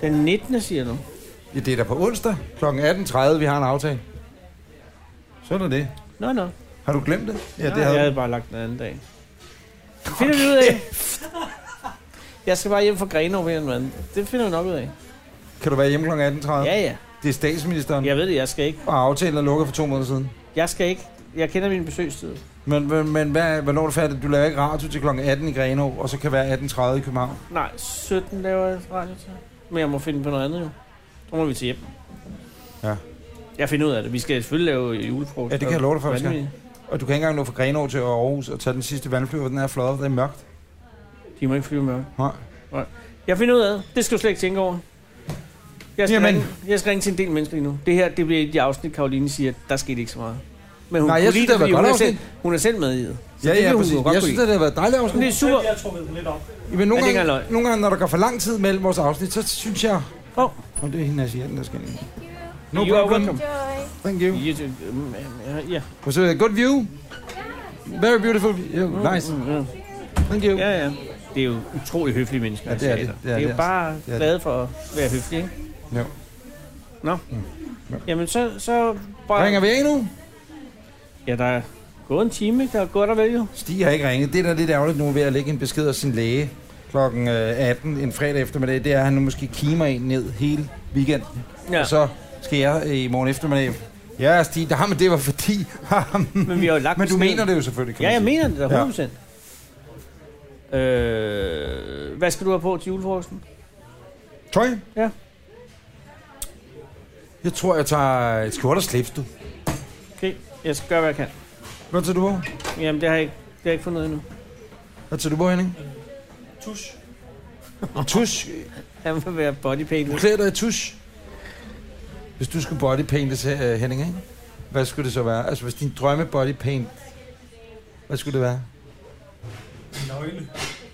S2: Den 19. siger du?
S1: Ja, det er da på onsdag kl. 18.30, vi har en aftale. Sådan er det.
S2: Nå, nå.
S1: Har du glemt det?
S2: Ja, det havde... jeg havde bare lagt den anden dag. Det finder vi ud [LAUGHS] af. Jeg skal bare hjem fra Grenaa ved en mand. Det finder vi nok ud af.
S1: Kan du være hjemme kl. 18.30?
S2: Ja, ja.
S1: Det er statsministeren.
S2: Jeg ved det, jeg skal ikke.
S1: Og aftalen er lukket for to måneder siden.
S2: Jeg skal ikke. Jeg kender min besøgstid.
S1: Men, men, men hvad, hvornår er du færdig? Du laver ikke radio til kl. 18 i Grenå, og så kan være 18.30 i København.
S2: Nej, 17 laver jeg radio til. Men jeg må finde på noget andet jo. Så må vi til hjem.
S1: Ja.
S2: Jeg finder ud af det. Vi skal selvfølgelig lave julefrokost.
S1: Ja, det kan jeg love dig for, vi
S2: Vanvittigt.
S1: skal. Og du kan ikke engang nå fra Grenå til Aarhus og tage den sidste vandflyver, for den er flot, og det er mørkt.
S2: De må ikke flyve mørkt.
S1: Nej.
S2: Nej. Jeg finder ud af det. Det skal du slet ikke tænke over. Jeg skal,
S1: Jamen.
S2: ringe, jeg skal ringe til en del mennesker lige nu. Det her, det bliver et af de afsnit, Karoline siger, der skete ikke så meget. Men hun
S1: Nej, jeg
S2: kunne
S1: synes,
S2: lide
S1: det var
S2: fordi
S1: godt
S2: hun er,
S1: afsnit.
S2: selv, hun er selv med i det. Så
S1: Ja, ja,
S2: det vil hun
S1: præcis.
S2: jo godt
S1: Jeg
S2: kunne
S1: synes,
S2: lide.
S1: det har været dejligt afsnit.
S2: Det er super.
S7: Jeg har trukket den lidt op.
S1: Men nogle,
S2: Ja, det er ikke
S1: gange,
S2: engang
S1: nogle gange, når der går for lang tid mellem vores afsnit, så synes jeg...
S2: Åh,
S1: oh. det er hende asiaten, der skal ind. No
S2: You are
S1: problem.
S2: welcome.
S1: Thank you.
S2: You too. Mm, yeah, yeah.
S1: Was it a good view? Very beautiful. Yeah, nice. Thank you.
S2: Ja, ja. Det er jo utrolig høflige mennesker.
S1: Ja, det er det.
S2: asiater.
S1: Det er
S2: det er
S1: det,
S2: jo bare
S1: altså. Det er det.
S2: glade for at være høflige, ikke?
S1: Jo. Mm.
S2: Nå. Jamen, så... så bare...
S1: Ringer vi af nu?
S2: Ja, der er gået en time, ikke? Der er gået der vel jo.
S1: Stig har ikke ringet. Det, der er lidt ærgerligt nu ved at lægge en besked af sin læge kl. 18 en fredag eftermiddag, det er, at han nu måske kimer en ned hele weekenden.
S2: Ja.
S1: Og så skal jeg øh, i morgen eftermiddag. Ja, Stig, der, men det var fordi... [LAUGHS]
S2: Men vi har jo lagt
S1: Men du
S2: beskeden.
S1: mener det jo selvfølgelig, kan
S2: Ja,
S1: man
S2: jeg
S1: sige.
S2: mener det da 100%. Ja. Øh, hvad skal du have på til julefrokosten?
S1: Tøj?
S2: Ja.
S1: Jeg tror, jeg tager et skjort og slips, du.
S2: Okay, jeg skal gøre, hvad jeg kan.
S1: Hvad tager du på?
S2: Jamen, det har jeg ikke, det har jeg ikke fundet ud af endnu.
S1: Hvad tager du på, Henning?
S2: Tusch.
S1: Tusch?
S2: Han vil være bodypaint.
S1: Du klæder dig i tusch. Hvis du skulle bodypainte, så, øh, Henning, ikke? hvad skulle det så være? Altså, hvis din drømme bodypaint, hvad skulle det være?
S2: Nøgle.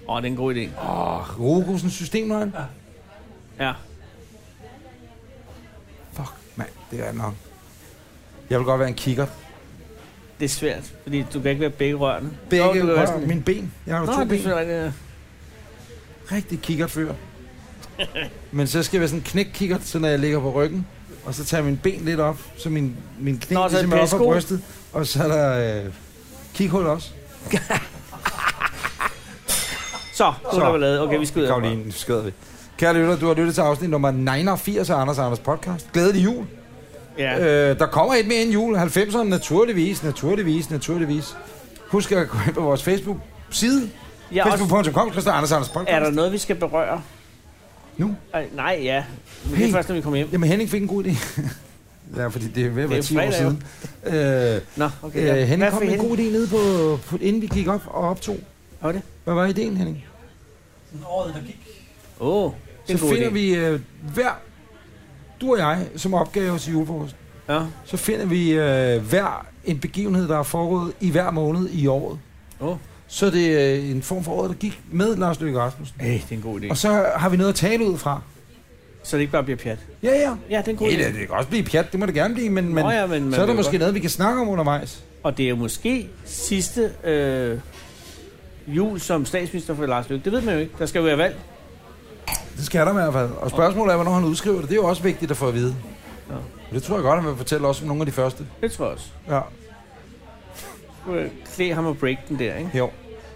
S2: Åh, oh, det er en god idé.
S1: Åh, oh, Rokusen systemnøgle?
S2: Ah,
S1: Ja.
S2: Ja.
S1: Fuck, mand, det er nok. Jeg vil godt være en kigger.
S2: Det er svært, fordi du kan ikke være begge rørene.
S1: Begge
S2: Nå, du kan være
S1: rør-
S2: sådan-
S1: mine ben. Jeg har jo
S2: Nå,
S1: to
S2: det er
S1: ben.
S2: selvfølgelig
S1: Rigtig kikkertfyr. Men så skal jeg være sådan en knækkikkert, så når jeg ligger på ryggen, og så tager jeg mine ben lidt op, så min, min knæ
S2: Nå, så
S1: Nå,
S2: er det
S1: ligesom er op fra
S2: pæsko.
S1: brystet, og så er der øh, kikhul også.
S2: Så, så er der lavet. Okay, vi skal ud.
S1: Karoline, nu skrider vi. Kære lytter, du har lyttet til afsnit nummer 89 af Anders og Anders podcast. Glædelig jul.
S2: Ja.
S1: Øh, der kommer et mere end jul. 90'erne, naturligvis, naturligvis, naturligvis. Husk at gå ind på vores Facebook-side.
S2: Ja,
S1: Ja,
S2: også-
S1: Facebook.com, Christian Anders og Anders podcast.
S2: Er der noget, vi skal berøre?
S1: Nu?
S2: Ej, nej, ja. Men det er
S1: Hey.
S2: først, når vi kommer hjem.
S1: Jamen, Henning fik en god idé. [LAUGHS] ja, fordi det er ved at
S2: Det er
S1: være 10 år
S2: fredag, jo.
S1: siden. Øh,
S2: Nå, okay, ja.
S1: øh,
S2: Hvad
S1: Henning kom
S2: fik
S1: med en god idé
S2: Henning?
S1: nede på, på, inden vi gik op og optog.
S2: Hvad det?
S1: Hvad var ideen, Henning?
S7: Året, der gik.
S2: Åh, oh, det er en
S1: så
S2: god
S1: finder
S2: idé.
S1: vi øh, hver, du og jeg, som opgave til julefrokosten.
S2: Ja.
S1: Så finder vi øh, hver en begivenhed, der er foregået i hver måned i året.
S2: Oh.
S1: Så det er øh, en form for året, der gik med Lars Løkke Rasmussen.
S2: Hey, det er en god idé.
S1: Og så har vi noget at tale ud fra.
S2: Så det ikke bare bliver pjat.
S1: Ja, ja.
S2: Ja, det er en god
S1: Ja,
S2: idé.
S1: det, det kan også blive pjat, det må det gerne blive, men, men,
S2: Nå ja, men man
S1: så er
S2: vil
S1: der
S2: jo
S1: måske
S2: godt-
S1: noget, vi kan snakke om undervejs.
S2: Og det er jo måske sidste øh, jul som statsminister for Lars Løkke. Det ved man jo ikke. Der skal jo være valg.
S1: Det skal der i hvert fald. Og spørgsmålet er, hvornår han udskriver det. Det er jo også vigtigt at få at vide.
S2: Ja.
S1: Og det tror jeg godt, han vil fortælle os om nogle af de første.
S2: Det tror jeg også.
S1: Ja.
S2: Øh, Klæ ham og break den der, ikke?
S1: Jo.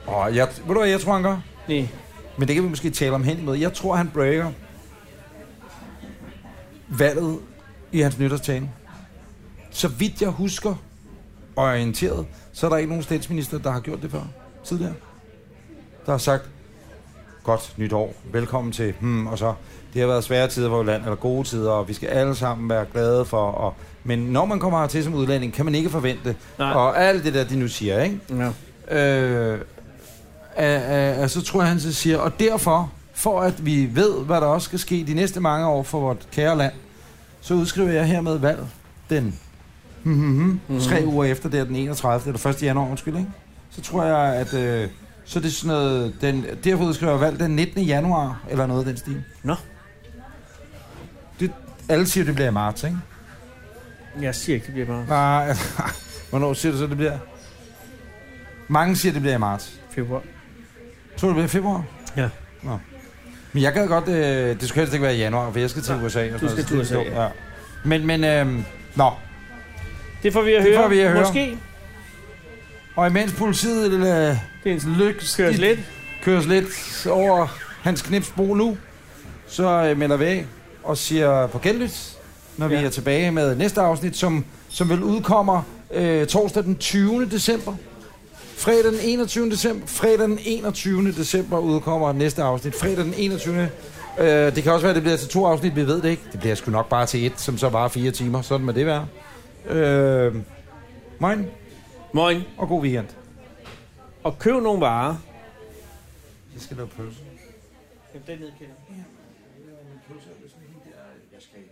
S1: Og jeg, ved du hvad jeg tror, han gør?
S2: Nej.
S1: Men det kan vi måske tale om hen imod. Jeg tror, han breaker valget i hans nytårstale. Så vidt jeg husker og er orienteret, så er der ikke nogen statsminister, der har gjort det før tidligere. Der har sagt, godt nytår, velkommen til, hmm, og så, det har været svære tider for vores land, eller gode tider, og vi skal alle sammen være glade for, og, men når man kommer hertil som udlænding, kan man ikke forvente,
S2: Nej.
S1: og alt det der, de nu siger, ikke?
S2: Ja.
S1: Øh, øh, øh, så tror jeg, han så siger, og derfor, for at vi ved, hvad der også skal ske de næste mange år for vort kære land, så udskriver jeg hermed valg den [LAUGHS] mm-hmm, mm-hmm. tre uger efter, det er den 31. eller 1. januar, undskyld, ikke? Så tror jeg, at øh, så er det sådan noget, den, derfor udskriver jeg valg den 19. januar, eller noget af den stil.
S2: Nå.
S1: Det, alle siger, det bliver i marts, ikke?
S2: Jeg siger ikke, det bliver bare
S1: Nej, hvornår siger du så, det bliver? Mange siger, det bliver i marts.
S2: februar.
S1: Tror du, det bliver i februar?
S2: Ja.
S1: Nå. Men jeg gad godt, øh, det skulle helst ikke være i januar, for jeg skal til USA. og sådan
S2: du
S1: noget, så
S2: skal til
S1: det er
S2: USA,
S1: dumt,
S2: ja.
S1: Men, men, øh, nå.
S2: Det får vi at
S1: Det
S2: høre.
S1: får vi at høre.
S2: Måske.
S1: Og imens politiet øh,
S2: det er
S1: lykkes,
S2: Køres lidt.
S1: køres lidt over hans knipsbro nu, så øh, melder vi af og siger på genlyt, når vi er tilbage med næste afsnit, som, som vil udkommer øh, torsdag den 20. december. Fredag den 21. december. Fredag den 21. december udkommer næste afsnit. Fredag den 21. Øh, det kan også være, at det bliver til to afsnit, vi ved det ikke. Det bliver sgu nok bare til et, som så varer fire timer. Sådan må det være. Øh, moin.
S2: Moin.
S1: Og god weekend.
S2: Og køb nogle varer.
S1: Jeg skal lave pølse.
S2: Jamen, den nedkender.
S7: Jeg skal